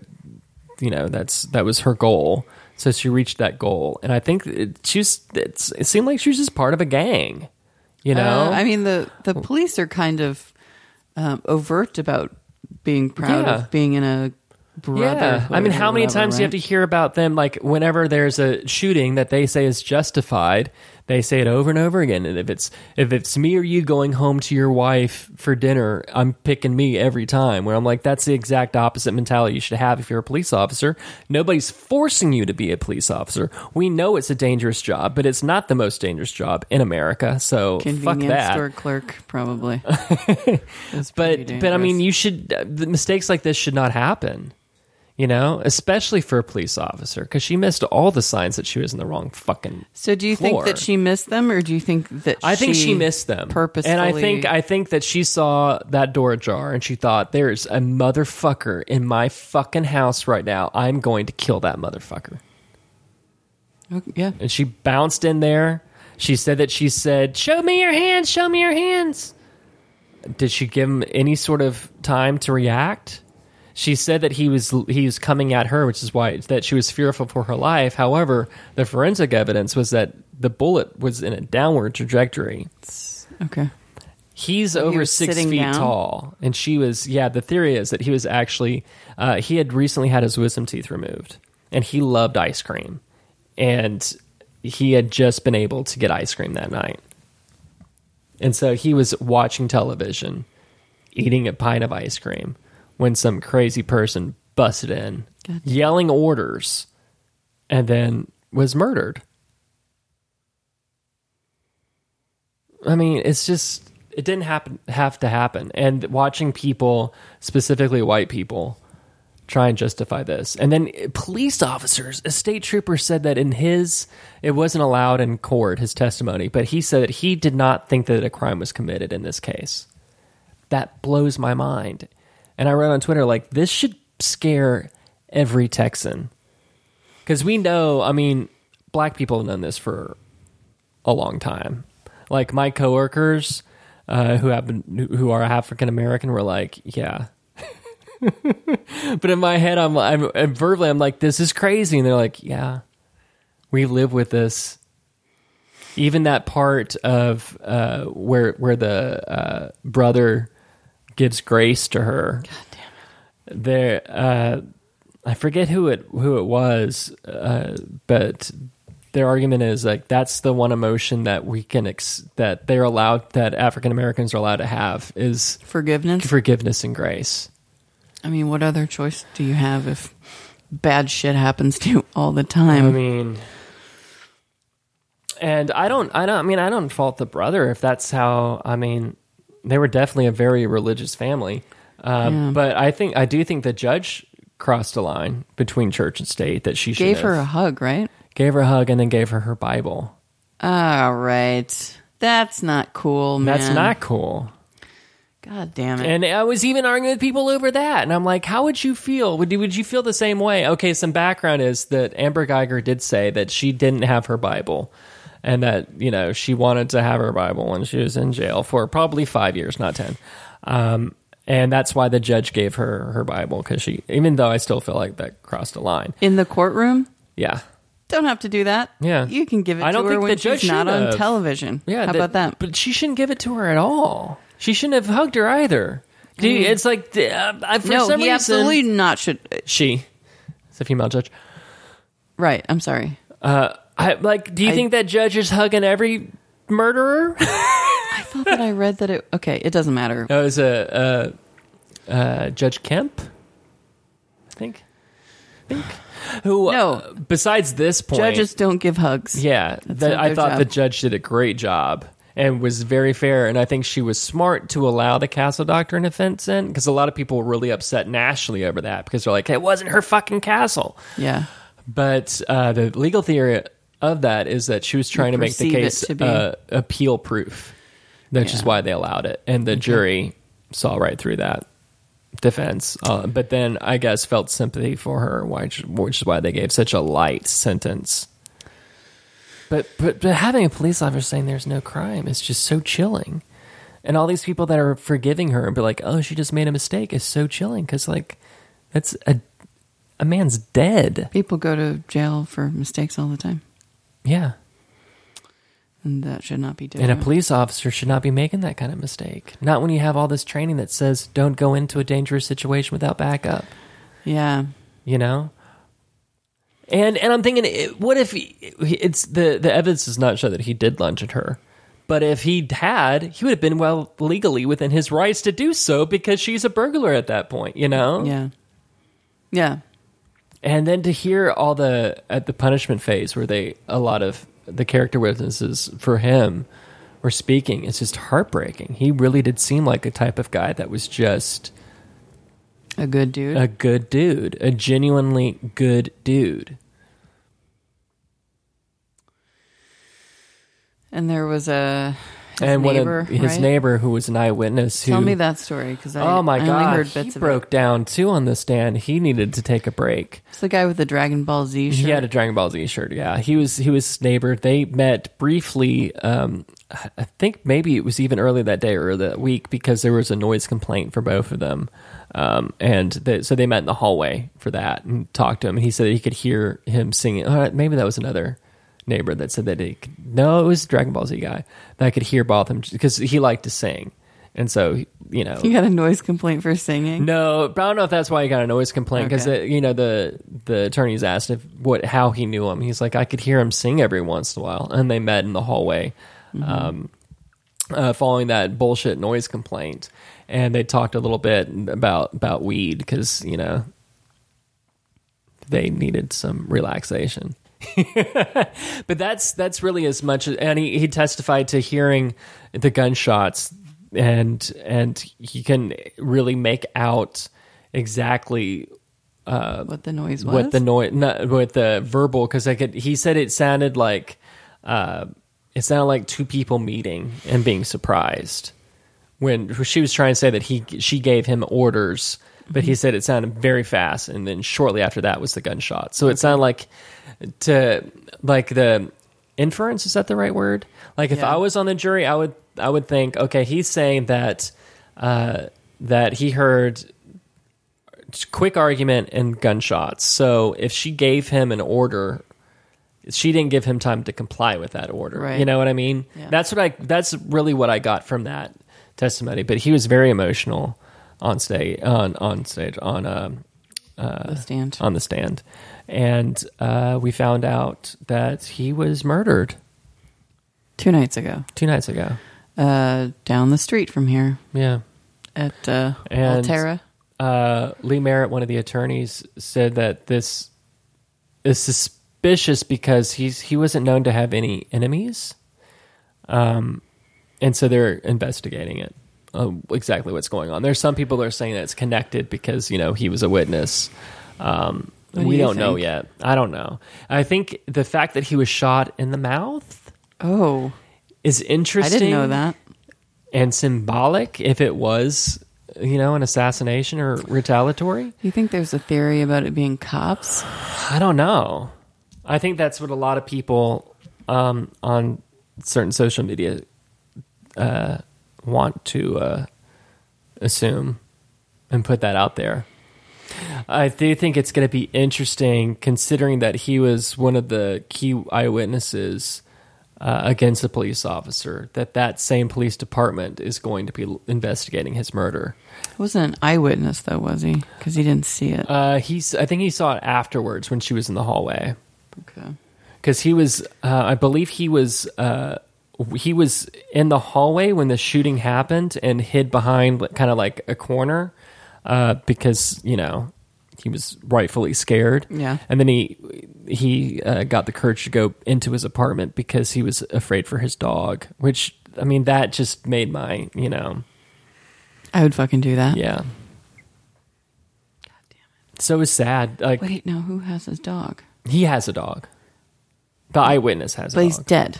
you know that's that was her goal so she reached that goal and i think it, she's it's, it seemed like she was just part of a gang you know
Uh, I mean the the police are kind of um, overt about being proud
Yeah.
of being in a brother.
yeah i mean how many times do you have to hear about them like whenever there's a shooting that they say is justified they say it over and over again and if it's if it's me or you going home to your wife for dinner i'm picking me every time where i'm like that's the exact opposite mentality you should have if you're a police officer nobody's forcing you to be a police officer we know it's a dangerous job but it's not the most dangerous job in america so fuck
Convenience
that
store clerk, probably. It's pretty
but but I mean,
dangerous.
you should uh, the mistakes like this should not happen. You know, especially for a police officer, because she missed all the signs that she was in the wrong fucking.
So do you think
floor.
that she missed them, or do you think that
I think she missed them
purposefully?
and I think I think that she saw that door ajar and she thought, "There's a motherfucker in my fucking house right now. I'm going to kill that motherfucker."
Okay, Oh, yeah,
and she bounced in there. She said that she said, "Show me your hands, show me your hands." Did she give him any sort of time to react? She said that he was he was coming at her, which is why that she was fearful for her life. However, the forensic evidence was that the bullet was in a downward trajectory,
okay.
He's
he
over
was
six
sitting
feet
down?
tall, and she was. Yeah, the theory is that he was actually uh, he had recently had his wisdom teeth removed, and he loved ice cream, and he had just been able to get ice cream that night, and so he was watching television, eating a pint of ice cream, when some crazy person busted in, yelling orders, and then was murdered. I mean, it's just it didn't happen have to happen. And watching people, specifically white people, try and justify this, and then uh, police officers, a state trooper said that in his it wasn't allowed in court his testimony, but he said that he did not think that a crime was committed in this case. That blows my mind. And I wrote on Twitter like this should scare every Texan because we know. I mean, black people have known this for a long time. Like my coworkers uh, who have been, who are African American were like, yeah. but in my head, I'm, I'm and verbally, I'm like, this is crazy, and they're like, yeah, we live with this. Even that part of uh, where where the uh, brother gives grace to her. God damn it! There, uh, I forget who it who it was, uh, but their argument is like that's the one emotion that we can ex- that they're allowed that African Americans are allowed to have is
Forgiveness.
forgiveness and grace.
I mean, what other choice do you have if bad shit happens to you all the time?
I mean, and I don't, I don't, I mean, I don't fault the brother if that's how. I mean, they were definitely a very religious family, uh,
Yeah.
but I think I do think the judge crossed a line between church and state that she should
Gave
have.
her a hug, right?
gave her a hug and then gave her her Bible.
All right. That's not cool, man.
That's not cool.
God damn it.
And I was even arguing with people over that. And I'm like, how would you feel? Would you, would you feel the same way? Okay, some background is that Amber Geiger did say that she didn't have her Bible and that, you know, she wanted to have her Bible when she was in jail for probably five years, not 10. Um, and that's why the judge gave her her Bible because she, even though I still feel like that crossed a line.
In the courtroom?
Yeah.
Don't have to do that.
Yeah.
You can give it
I don't
to her
think
when
the judge
she's not
should
on
have.
television.
Yeah,
How about that?
But she shouldn't give it to her at all. She shouldn't have hugged her either. Do you- It's like uh, I- for
no,
some
he
reason
absolutely not should.
she. It's a female judge.
Right. I'm sorry.
Uh, I, like, do you
I-
think that judge is hugging every murderer?
I thought that I read that it. Okay, it doesn't matter.
no, it was a, uh uh Judge Kemp, I think. I think. Who?
No.
uh, besides this point,
Judges don't give hugs.
Yeah, that-
not
I
their
thought
job.
the judge did a great job and was very fair. And I think she was smart to allow the castle doctrine offense in because a lot of people were really upset nationally over that because they're like, it wasn't her fucking castle.
Yeah.
But uh, the legal theory of that is that she was trying to make the
perceive it
case
to be-
uh, appeal proof, which is
Yeah.
why they allowed it, and the jury saw right through that defense. Uh, but then I guess felt sympathy for her, which, which is why they gave such a light sentence. But, but but having a police officer saying there's no crime is just so chilling, and all these people that are forgiving her and be like, oh, she just made a mistake is so chilling because like that's a a man's dead.
People go to jail for mistakes all the time,
Yeah.
and that should not be different.
And a police officer should not be making that kind of mistake. Not when you have all this training that says don't go into a dangerous situation without backup,
yeah.
you know? And and I'm thinking it- what if he- it's the the evidence does not show that he did lunge at her. But if he had, he would have been well legally within his rights to do so because she's a burglar at that point, you know?
Yeah. Yeah.
And then to hear all the at the punishment phase where they a lot of the character witnesses for him were speaking, it's just heartbreaking. He really did seem like a type of guy that was just
A good dude.
a good dude, a genuinely good dude.
and there was a his neighbor.
of his
right?
neighbor who was an eyewitness who
Tell me that story because I,
Oh my
I only
god,
heard bits
he
of
broke
it.
down too on the stand. He needed to take a break.
It's the guy with the Dragon Ball Z shirt.
He had a Dragon Ball Z shirt. Yeah, he was he was neighbor. They met briefly. Um, I I think maybe it was even early that day or that week because there was a noise complaint for both of them, um, and they, so they met in the hallway for that and talked to him. And he said that he could hear him singing. All right, maybe that was another neighbor that said that he could, no, it was Dragon Ball Z guy that I could hear both of them because he liked to sing. And so, you know,
You got a noise complaint for singing?
no, but I don't know if that's why he got a noise complaint because
Okay.
you know the the attorneys asked if what how he knew him. He's like, I could hear him sing every once in a while, and they met in the hallway, um, uh, following that bullshit noise complaint, and they talked a little bit about about weed because you know they needed some relaxation. but that's that's really as much as and he, he testified to hearing the gunshots and and he can really make out exactly
What the noise was?
what the noise not with the verbal because i could he said it sounded like uh it sounded like two people meeting and being surprised when she was trying to say that he she gave him orders but
Mm-hmm.
he said it sounded very fast and then shortly after that was the gunshot so it sounded like to like the inference is that the right word like if
Yeah.
i was on the jury i would i would think okay he's saying that uh that he heard quick argument and gunshots. So if she gave him an order, she didn't give him time to comply with that order.
Right.
You know what I mean?
Yeah.
That's what I. That's really what I got from that testimony. But he was very emotional on stage. On on stage on um,
The stand.
on the stand, and uh, we found out that he was murdered
Two nights ago,
two nights ago.
uh, down the street from here
Yeah.
at uh,
And-
Altera.
uh, Lee Merritt, one of the attorneys, said that this is suspicious because he's he wasn't known to have any enemies, um, and so they're investigating it. Um, exactly what's going on. There's some people that are saying that it's connected because you know he was a witness. Um,
What do
we
you
don't know
think?
yet. I don't know. I think the fact that he was shot in the mouth
Oh,
is
I
interesting
didn't know that.
and symbolic. If it was, you know, an assassination or retaliatory,
You think there's a theory about it being cops?
I don't know. I think that's what a lot of people um, on certain social media uh, want to uh, assume and put that out there. I do think it's going to be interesting considering that he was one of the key eyewitnesses uh, against a police officer, that that same police department is going to be investigating his murder.
It wasn't an eyewitness though, was he? Because he didn't see it.
Uh, he's, I think he saw it afterwards when she was in the hallway.
okay.
because he was uh, i believe he was uh, he was in the hallway when the shooting happened and hid behind kind of like a corner uh, because you know he was rightfully scared
Yeah.
and then he he uh, got the courage to go into his apartment because he was afraid for his dog which i mean that just made my you know
I would fucking do that.
yeah god damn it so it's sad like
Wait, no, who has his dog?
he has a dog the eyewitness has
But
a
he's
dog.
dead.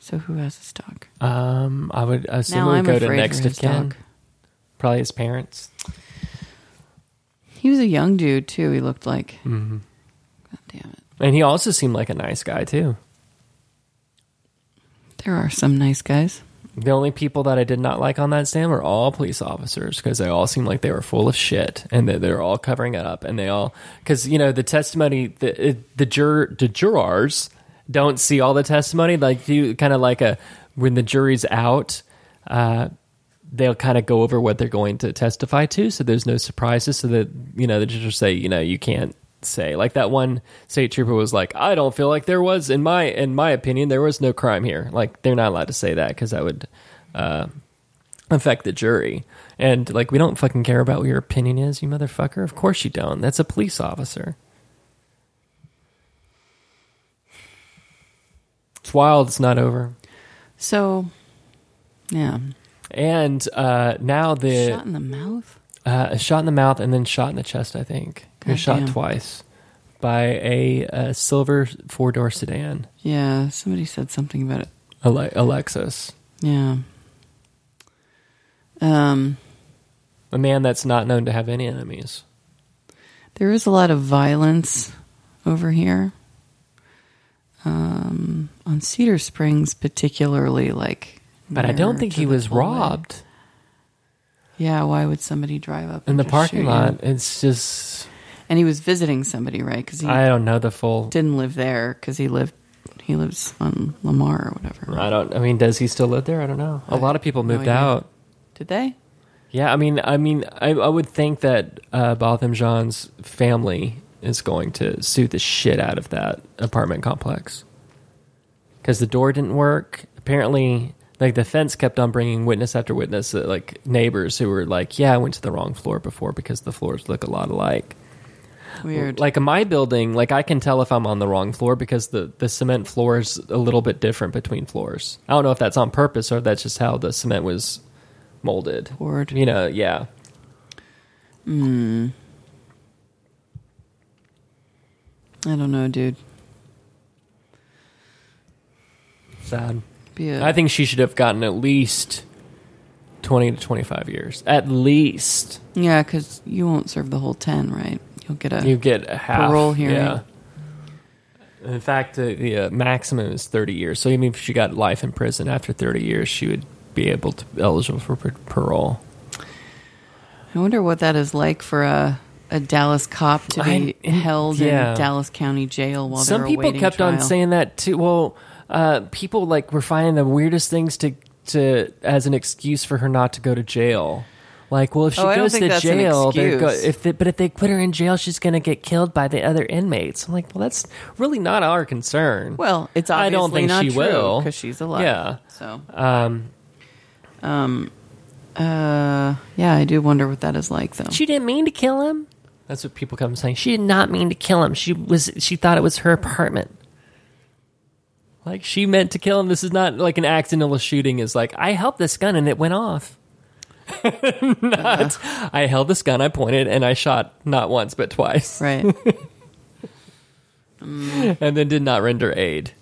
So who has his dog?
Um, I would assume
now
we
I'm
would go
afraid
to next
for
of
his
kin,
dog.
probably his parents.
He was a young dude too. He looked like. God damn it!
And he also seemed like a nice guy too.
There are some nice guys.
The only people that I did not like on that stand were all police officers because they all seemed like they were full of shit and that they were all covering it up. And they all, because you know, the testimony, the it- the jur the jurors don't see all the testimony. Like you, kind of like a when the jury's out, uh, they'll kind of go over what they're going to testify to, so there's no surprises. So that you know, they just say, you know, you can't say like that one state trooper was like, I don't feel like there was in my in my opinion there was no crime here. Like they're not allowed to say that because that would uh, affect the jury. And like we don't fucking care about what your opinion is, you motherfucker. Of course you don't. That's a police officer. It's wild. It's not over.
So, yeah,
And uh, now the
shot in the mouth.
Uh, a shot in the mouth and then shot in the chest, I think. He was shot
Goddamn.
twice by a, uh silver four door sedan,
Yeah, somebody said something about it.
Ale- a Lexus.
Yeah. Um,
A man that's not known to have any enemies.
there is a lot of violence over here. Um, on Cedar Springs, particularly, like.
But I don't
near
think
to
he
the
was
tollway.
robbed
Yeah, why would somebody drive up
in
and
the
just
parking
shoot you?
lot. It's just,
And he was visiting somebody, right? Because he
I don't know the full.
didn't live there because he lived he lives on Lamar or whatever.
I don't, I mean, does he still live there? I don't know. A lot of people
No
moved
idea.
out.
Did they?
Yeah, I mean, I mean, I, I would think that uh, Botham Jean's family is going to sue the shit out of that apartment complex because the door didn't work. Apparently, like the fence kept on bringing witness after witness, uh, like neighbors who were like, "Yeah, I went to the wrong floor before because the floors look a lot alike."
Weird.
Like in my building, like I can tell if I'm on the wrong floor because the the cement floor is a little bit different between floors. I don't know if that's on purpose or if that's just how the cement was molded.
Poured.
You know, yeah.
I don't know, dude.
Sad.
Be a,
I think she should have gotten at least 20 to 25 years. At least.
yeah, because you won't serve the whole ten, right? You'll get a
You get a half.
Parole hearing.
Yeah. In fact, the, the uh, maximum is 30 years. So even if she got life in prison after 30 years, she would be able to be eligible for par- parole.
I wonder what that is like for a a Dallas cop to be
I-
held
yeah.
in Dallas County Jail while
Some
they're
people
awaiting
kept on
trial.
saying that too. Well, uh, people like were finding the weirdest things to to as an excuse for her not to go to jail. Like, well, if she
Oh, I don't
goes
think
to
that's an
jail, they're go-
excuse.
if they, but if they put her in jail, she's going to get killed by the other inmates. I'm like, well, that's really not our concern.
Well, it's
I
obviously
don't think
not
she will.
because she's alive.
Yeah.
So, Um,
um,
uh, yeah, I do wonder what that is like, though.
she didn't mean to kill him. That's what people come saying. She did not mean to kill him. She was she thought it was her apartment. Like she meant to kill him. This is not like an accidental shooting. Is like I held this gun and it went off. not I held this gun. I pointed and I shot not once but twice,
right.
and then did not render aid.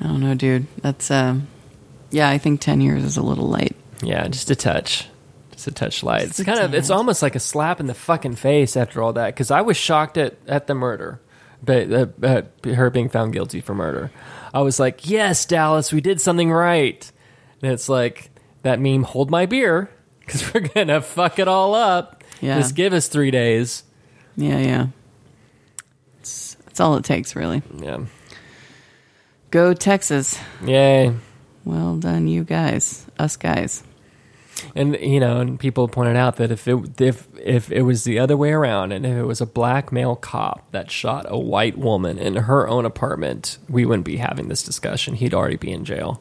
I don't know, dude. That's uh, yeah. I think ten years is a little light.
Yeah, just a touch. Just a touch light. It's
a
kind of it's
tad.
almost like a slap in the fucking face after all that cuz I was shocked at at the murder. But uh, uh, her being found guilty for murder. I was like, "Yes, Dallas, we did something right." And it's like that meme, "Hold my beer cuz we're going to fuck it all up."
Yeah.
Just give us 3 days.
Yeah, yeah. It's, it's all it takes, really.
Yeah.
Go Texas.
Yay.
Well done, you guys. Us guys.
and you know, and people pointed out that if it if if it was the other way around, and if it was a black male cop that shot a white woman in her own apartment, we wouldn't be having this discussion. He'd already be in jail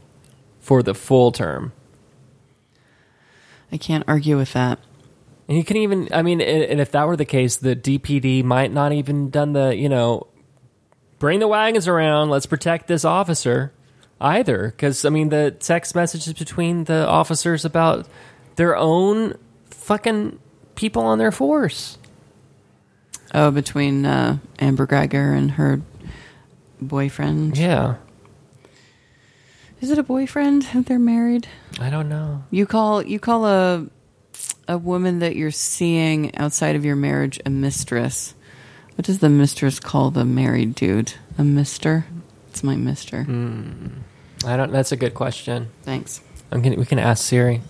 for the full term,
I can't argue with that.
and you can even. I mean, and and if that were the case, the DPD might not even done the you know, bring the wagons around. Let's protect this officer either, because I mean, the text messages between the officers about their own fucking people on their force.
Oh, between uh, Amber Geiger and her boyfriend.
Yeah.
Is it a boyfriend? They're married.
I don't know.
You call you call a a woman that you're seeing outside of your marriage a mistress. What does the mistress call the married dude? A mister? It's my mister.
Mm. I don't that's a good question.
Thanks.
I'm gonna we can ask Siri.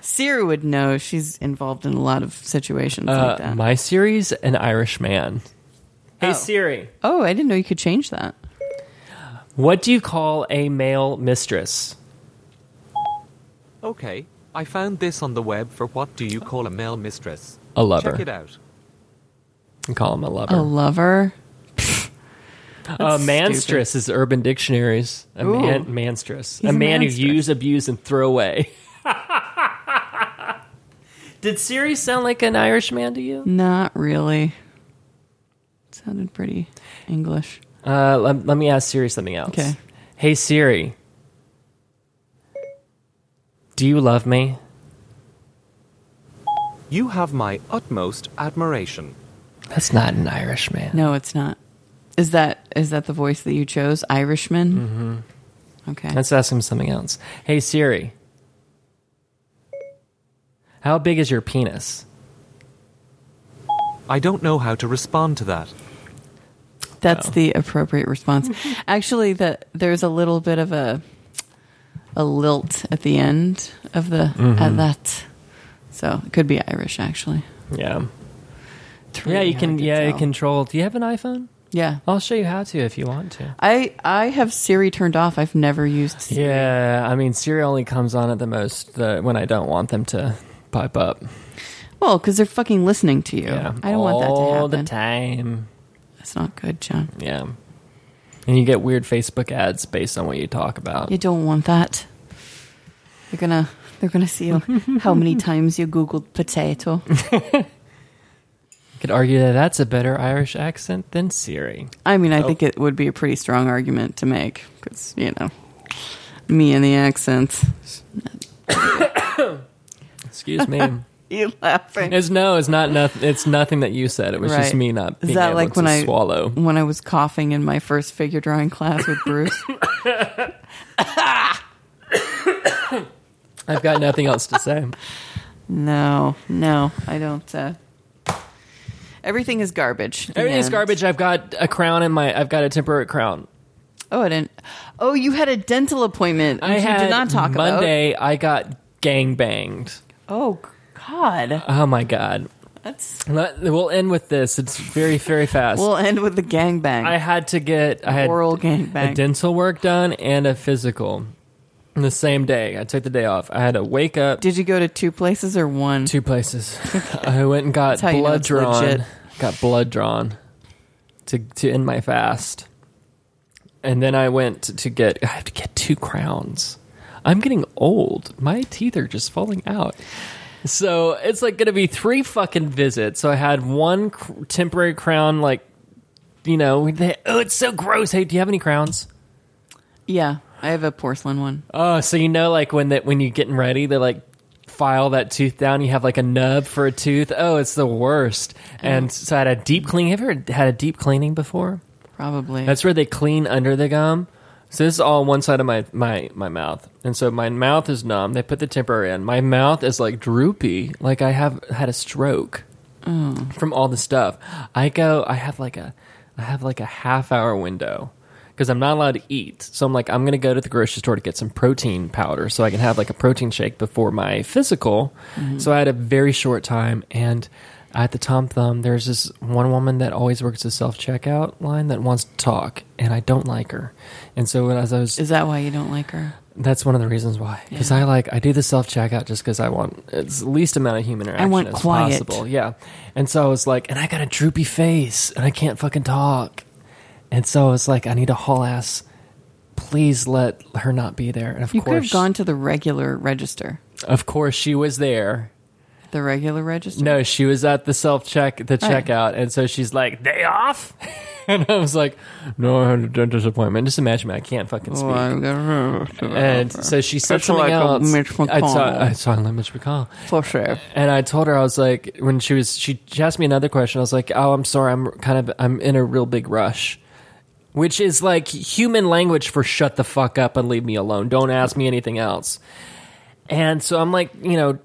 Siri would know. She's involved in a lot of situations like
Uh,
that.
my Siri's an Irish man. Hey
Oh.
Siri.
oh, I didn't know you could change that.
What do you call a male mistress?
Okay, I found this on the web for what do you call a male mistress?
A lover.
Check it out.
You call him a lover.
A lover.
a Uh, manstress is urban dictionaries. A
Ooh.
man manstress.
He's
a
a
man who
manstress.
use, abuse, and throw away. Did Siri sound like an Irish man to you?
Not really. Sounded pretty English.
Uh, let, let me ask Siri something else.
Okay.
Hey Siri, do you love me?
You have my utmost admiration.
That's not an Irishman.
No, it's not. Is that is that the voice that you chose? Irishman? Mm-hmm. Okay.
Let's ask him something else. Hey Siri, how big is your penis?
I don't know how to respond to that.
That's the appropriate response. Actually, the, there's a little bit of a a lilt at the end of the
Mm-hmm.
at that. So it could be Irish, actually.
Yeah.
It's
Yeah,
really
you
hard
can.
to
Yeah, you
tell.
control. Do you have an iPhone?
Yeah.
I'll show you how to if you want to.
I I have Siri turned off. I've never used Siri.
Yeah, I mean, Siri only comes on at the most the, when I don't want them to pipe up.
Well, because they're fucking listening to you.
Yeah,
I don't want that to happen.
all the time.
That's not good, John.
Yeah, and you get weird Facebook ads based on what you talk about.
You don't want that. They're gonna they're gonna see how many times you googled potato.
You could argue that that's a better Irish accent than Siri.
I mean, I think it would be a pretty strong argument to make because you know me and the accent.
Excuse me.
You laughing?
it's no, it's not. Nothing. It's nothing that you said. It was
Right.
just me not.
Is
Being
that
able
like
to
when I-
swallow?
When I was coughing in my first figure drawing class with Bruce,
I've got nothing else to say.
no, no, I don't. Uh, everything is garbage. The
Everything's
end.
garbage. I've got a crown in my. I've got a temporary crown.
Oh, I didn't. Oh, you had a dental appointment.
I
which
had
you did not talk about.
Monday. I got gang banged.
Oh God,
Oh my god.
that's.
Let- We'll end with this. It's very very fast.
We'll end with the gangbang.
I had to get I had
Oral gangbang.
a dental work done and a physical on the same day. I took the day off. I had to wake up
Did you go to two places or one?
two places. I went and got
Mm-hmm. how
blood
you know it's
drawn.
legit.
Got blood drawn to to end my fast. And then I went to get I have to get two crowns. I'm getting old. My teeth are just falling out. So it's like going to be three fucking visits. So I had one cr- temporary crown, like, you know, they, oh, it's so gross. Hey, do you have any crowns?
Yeah, I have a porcelain one.
Oh, so you know, like when that when you're getting ready, they like file that tooth down. You have like a nub for a tooth. Oh, it's the worst. And so I had a deep clean. Have you ever had a deep cleaning before?
Probably.
That's where they clean under the gum. So this is all on one side of my my my mouth, and so my mouth is numb. They put the temporary in. My mouth is like droopy, like I have had a stroke from all the stuff. I go, I have like a, I have like a half hour window because I'm not allowed to eat. So I'm like, I'm gonna go to the grocery store to get some protein powder so I can have like a protein shake before my physical. So I had a very short time and. At the Tom Thumb, there's this one woman that always works the self checkout line that wants to talk, and I don't like her. And so as I was
Is that why you don't like her?
that's one of the reasons why. Because I like I do the self checkout just because I want it's the least amount of human interaction
want
as
quiet.
possible. Yeah, and so I was like, and I got a droopy face, and I can't fucking talk, and so I was like, I need to haul ass. Please let her not be there. And of
You could
course,
have gone to the regular register.
of course, she was there.
The regular register?
No, she was at the self check the
yeah.
checkout, and so she's like, "Day off," and I was like, "No, I had a dentist appointment." Just imagine me, I can't fucking speak.
Oh, I've got a-
and so she said
It's
something
like a
else.
Mitch
I saw,
McConnell.
I saw like Mitch McConnell.
For sure.
And I told her I was like, when she was, she she asked me another question. I was like, oh, I'm sorry, I'm kind of, I'm in a real big rush, which is like human language for shut the fuck up and leave me alone. Don't ask me anything else. And so I'm like, you know,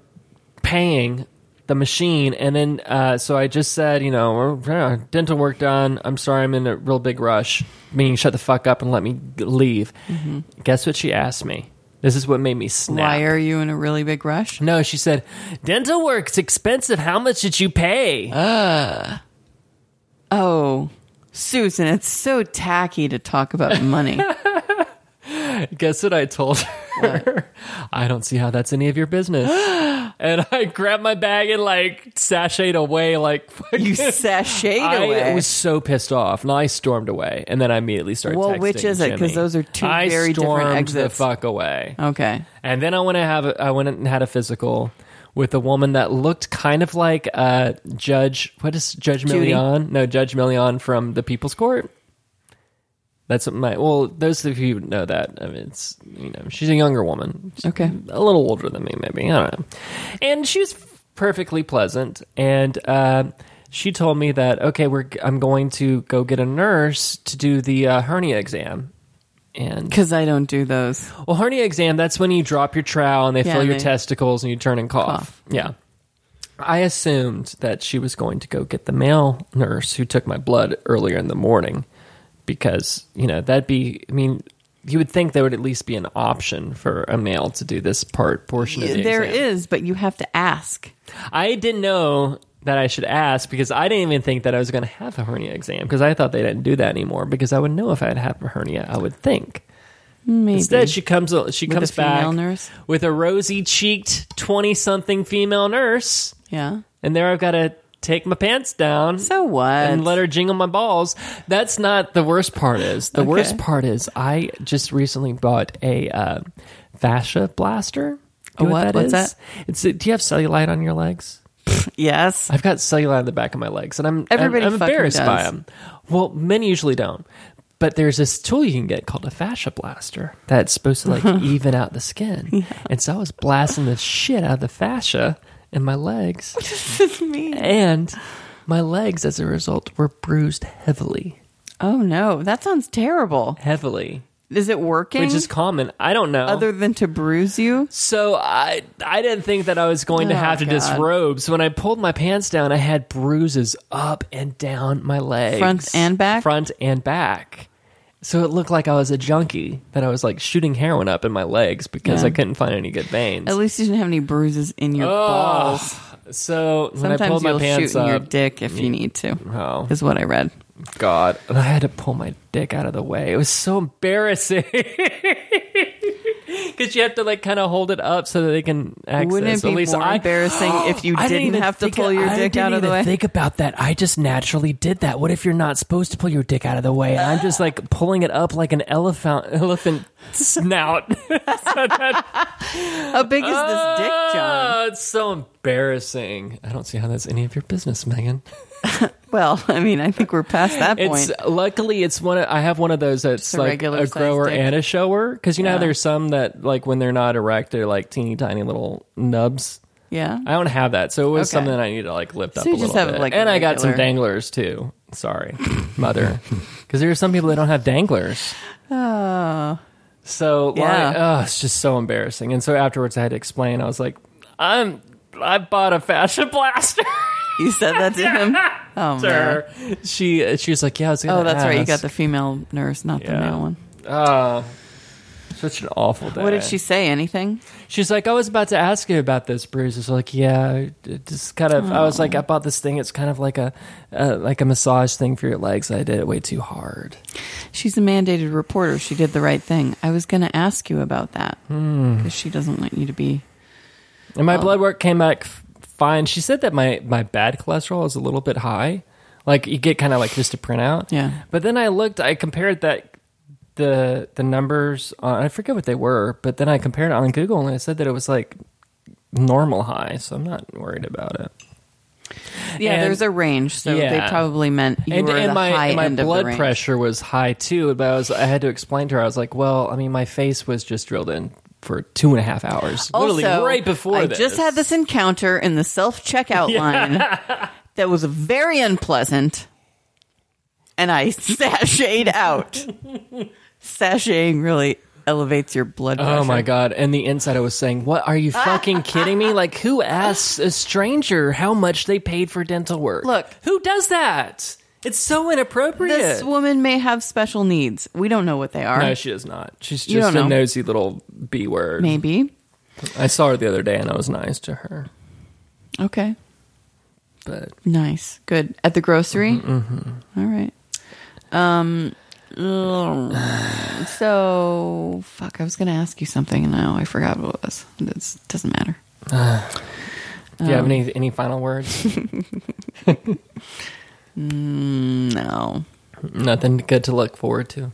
paying the machine, and then uh, so I just said, you know, "Uh, dental work done. I'm sorry, I'm in a real big rush. Meaning, shut the fuck up and let me leave. Guess what she asked me. This is what made me snap.
Why are you in a really big rush?
No, she said, dental work's expensive. How much did you pay?
Oh, Susan, it's so tacky to talk about money.
Guess what I told her? I don't see how that's any of your business. and I grabbed my bag and like sashayed away like
you
fucking-
sashayed
I
away.
was so pissed off. And I stormed away. And then I immediately started
Well,
texting
which is it? 'Cause
Jimmy.
those are two
I
very different
stormed
exits.
the fuck away.
okay.
And then I went to have a, I went and had a physical with a woman that looked kind of like uh, Judge what is Judge
Judy.
Million? No, Judge Million from the People's Court. That's what my well, those of you who know that. I mean, it's you know, she's a younger woman,
Okay.
a little older than me, maybe. I don't know. And she was perfectly pleasant. And uh, she told me that okay, we're I'm going to go get a nurse to do the uh, hernia exam. And
Because I don't do those.
well, hernia exam, that's when you drop your trowel and they
Yeah,
fill your
they-
testicles and you turn and cough.
Cough.
Yeah. I assumed that she was going to go get the male nurse who took my blood earlier in the morning because, you know, that'd be, I mean, you would think there would at least be an option for a male to do this part portion of the
There
exam.
is, but you have to ask.
I didn't know that I should ask because I didn't even think that I was going to have a hernia exam because I thought they didn't do that anymore because I would know if I had had a hernia. I would think.
Maybe.
Instead, she comes she
With
comes
a
back
female nurse?
with a rosy cheeked twenty something female nurse,
yeah.
and there I've got to take my pants down
So what?
and let her jingle my balls. That's not the worst part. Is the
Okay.
worst part is I just recently bought a uh, fascia blaster. Do
A
you know
what? What's
is? It's do you have cellulite on your legs?
yes.
I've got cellulite on the back of my legs, and I'm
Everybody
I'm, I'm
fucking
embarrassed
does.
by them. Well, men usually don't, but there's this tool you can get called a fascia blaster that's supposed to like even out the skin. And so I was blasting the shit out of the fascia in my legs,
Me.
and my legs, as a result, were bruised heavily,
Oh no, that sounds terrible.
heavily,
Is it working?
which is common. I don't know.
other than to bruise you?
so I I didn't think that I was going to
Oh,
have to
God.
disrobe. So when I pulled my pants down, I had bruises up and down my legs,
Front and back?
front and back. So it looked like I was a junkie that I was like shooting heroin up in my legs because
Yeah.
I couldn't find any good veins.
At least you didn't have any bruises in your balls.
So when I
Sometimes
pulled my
you'll
pants
shoot in your
up,
dick if you need to.
Oh.
Is what I read.
God, and I had to pull my dick out of the way. It was so embarrassing. Because you have to like kind of hold it up so that they can access.
Wouldn't it be
At least
more
I,
embarrassing if you
I
didn't
even
have to
think
pull
of-
your
I
dick
didn't
out of the
even
way?
Think about that. I just naturally did that. What if you're not supposed to pull your dick out of the way? And I'm just like pulling it up like an elephant elephant snout.
How big is this dick, John?
Oh, it's so embarrassing. I don't see how that's any of your business, Megan.
Well, I mean, I think we're past that point.
It's luckily it's one. Of, I have one of those that's
a
like
regular
a
size
grower
dick.
and a shower. Because you know how
Yeah.
there's some that like when they're not erect, they're like teeny tiny little nubs.
yeah.
I don't have that, so it was
Okay.
something I needed to like lift up
you
a
just
little
have,
bit.
like, a
and I got some
regular-
danglers too. Sorry, mother, because there are some people that don't have danglers.
Oh.
So
Yeah.
like, oh, it's just so embarrassing. And so afterwards, I had to explain. I was like, I'm I bought a fashion blaster.
You said that to him? Oh, man.
Sir. She she was like, yeah, I was gonna
Oh, that's right. You
ask.
got the female nurse, not the
Yeah.
male one.
Oh, such an awful day.
What did she say? Anything?
She's like, I was about to ask you about this, Bruce. It's like, yeah, it just kind of. I was like, I bought this thing. It's kind of like a, uh, like a massage thing for your legs. I did it way too hard.
She's a mandated reporter. She did the right thing. I was going to ask you about that
Hmm.
because she doesn't want you to be.
And my blood work came back f- fine. She said that my my bad cholesterol is a little bit high. Like you get kind of like just a printout.
Yeah.
But then I looked. I compared that the the numbers. On, I forget what they were, but then I compared it on Google and it said that it was like normal high. So I'm not worried about it.
Yeah,
And-
there's a range, so
Yeah.
they probably meant you
and,
were
and
the
my
high
and my
end of the
blood
range.
pressure was high too. But I was I had to explain to her. I was like, well, I mean, my face was just drilled in for two and a half hours,
also,
literally right before
I
this.
just had this encounter in the self checkout line that was very unpleasant, and I sashayed out. Sashaying really elevates your blood pressure.
Oh my god! And the inside, I was saying, "What are you fucking kidding me? Like, who asks a stranger how much they paid for dental work?
Look.
who does that? It's so inappropriate."
This woman may have special needs. We don't know what they are.
no, she is not. She's
You
just a
don't know.
nosy little b word.
Maybe.
I saw her the other day, and I was nice to her,
Okay.
but
Nice. Good. At the grocery?
Mm-hmm,
All right. Um, ugh. so, fuck, I was going to ask you something and now I forgot what it was. It doesn't matter.
do
Oh.
you have any any final words?
No.
Nothing good to look forward to.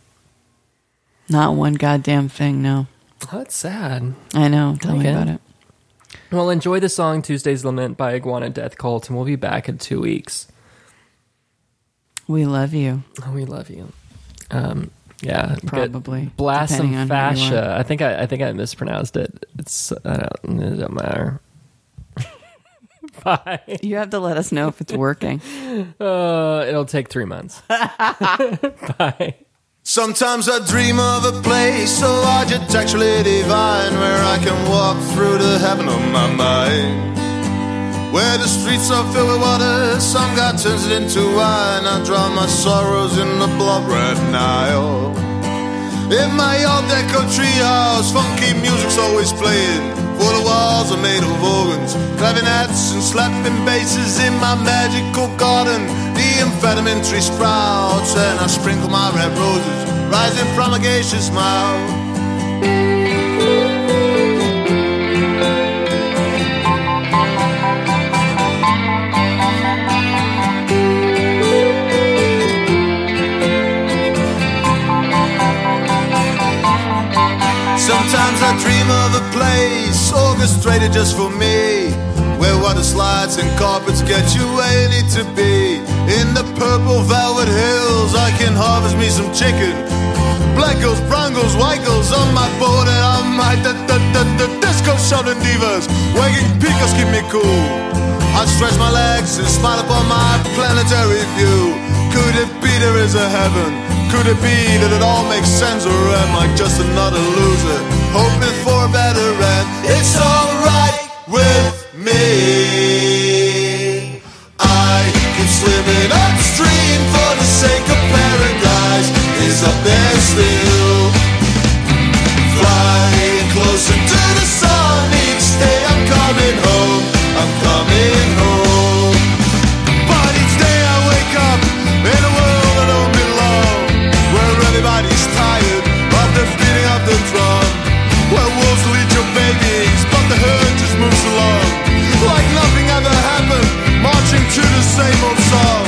Not one goddamn thing. No.
Oh, that's sad.
I know. Tell me
Okay.
about it.
Well, enjoy the song "Tuesday's Lament" by Iguana Death Cult, and we'll be back in two weeks.
We love you.
Oh, we love you. Um, yeah, get-
Probably,
blast some
depending on who you
fascia. I think I, I think I mispronounced it. It's I don't, it don't matter. Bye.
You have to let us know if it's working.
Uh, it'll take three months. Bye.
Sometimes I dream of a place so large it's actually divine Where I can walk through the heaven of my mind Where the streets are filled with water, some God turns it into wine I drown my sorrows in the blood-red Nile In my old deco treehouse, funky music's always playing For the walls are made of organs, clavinets and slapping basses in my magical garden. The amphetamine tree sprouts, and I sprinkle my red roses rising from a geisha's smile. Sometimes I dream of a place orchestrated just for me, where water slides and carpets get you where you need to be. In the purple velvet hills, I can harvest me some chicken. Black girls, brown girls, white girls on my board and on my da da da da disco shouting divas. Wagging peacocks keep me cool. I stretch my legs and smile upon my planetary view. Could it be there is a heaven? Could it be that it all makes sense, or am I just another loser hoping for a better end? It's alright with me. I keep swimming upstream for the sake of paradise. Is up there still? Flying closer to the sun each day. I'm coming home. I'm coming home. But each day I wake up in a world I don't belong, where everybody's tired of the beating of the drum, where wolves will eat your babies, but the herd just moves along, like nothing ever happened, marching to the same old song.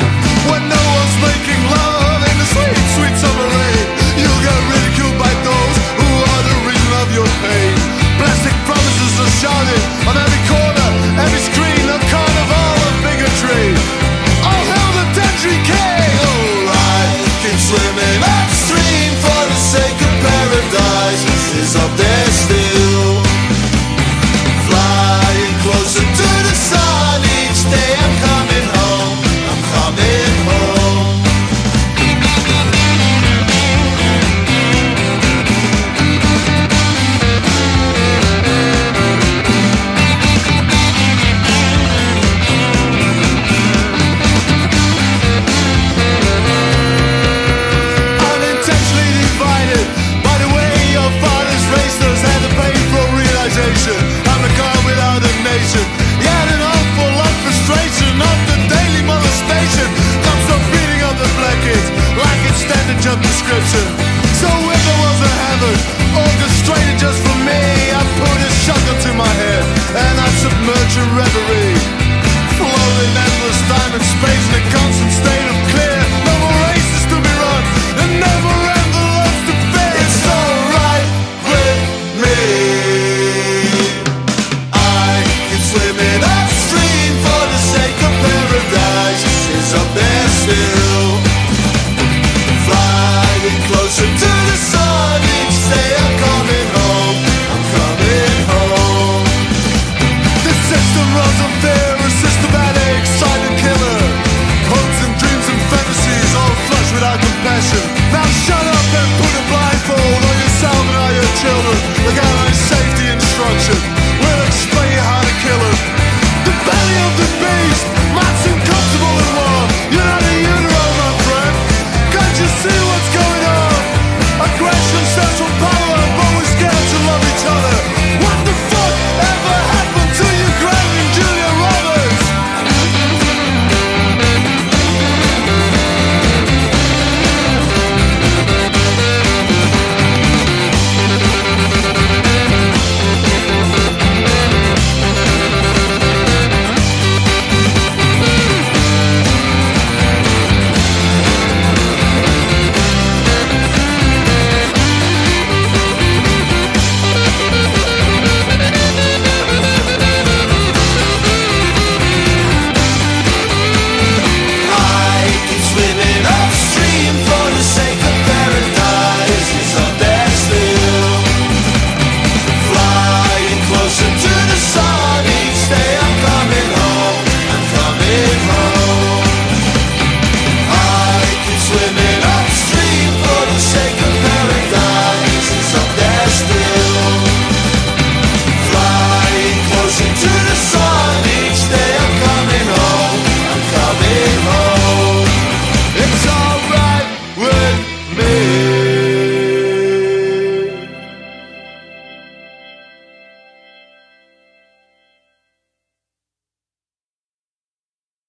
When no one's making love in the sweet, sweet summer rain, you'll get ridiculed by those who are the reason of your pain. Plastic promises are shouted on every corner, every screen, a carnival of bigotry. I'll hail the Dendry King. Oh, I keep swimming upstream for the sake of paradise. Is up there still? Flying closer to the sun each day. I'm coming home. I'm coming home. unintentionally divided by the way your fathers raised us and the painful realization I'm a god without a nation. Yet an awful lot frustration of the daily molestation comes from feeding on the black kids like it's standard job description. So if there was a heaven, orchestrated just for me, I put a shotgun to my head and I submerge in reverie. Floating endless time and space in a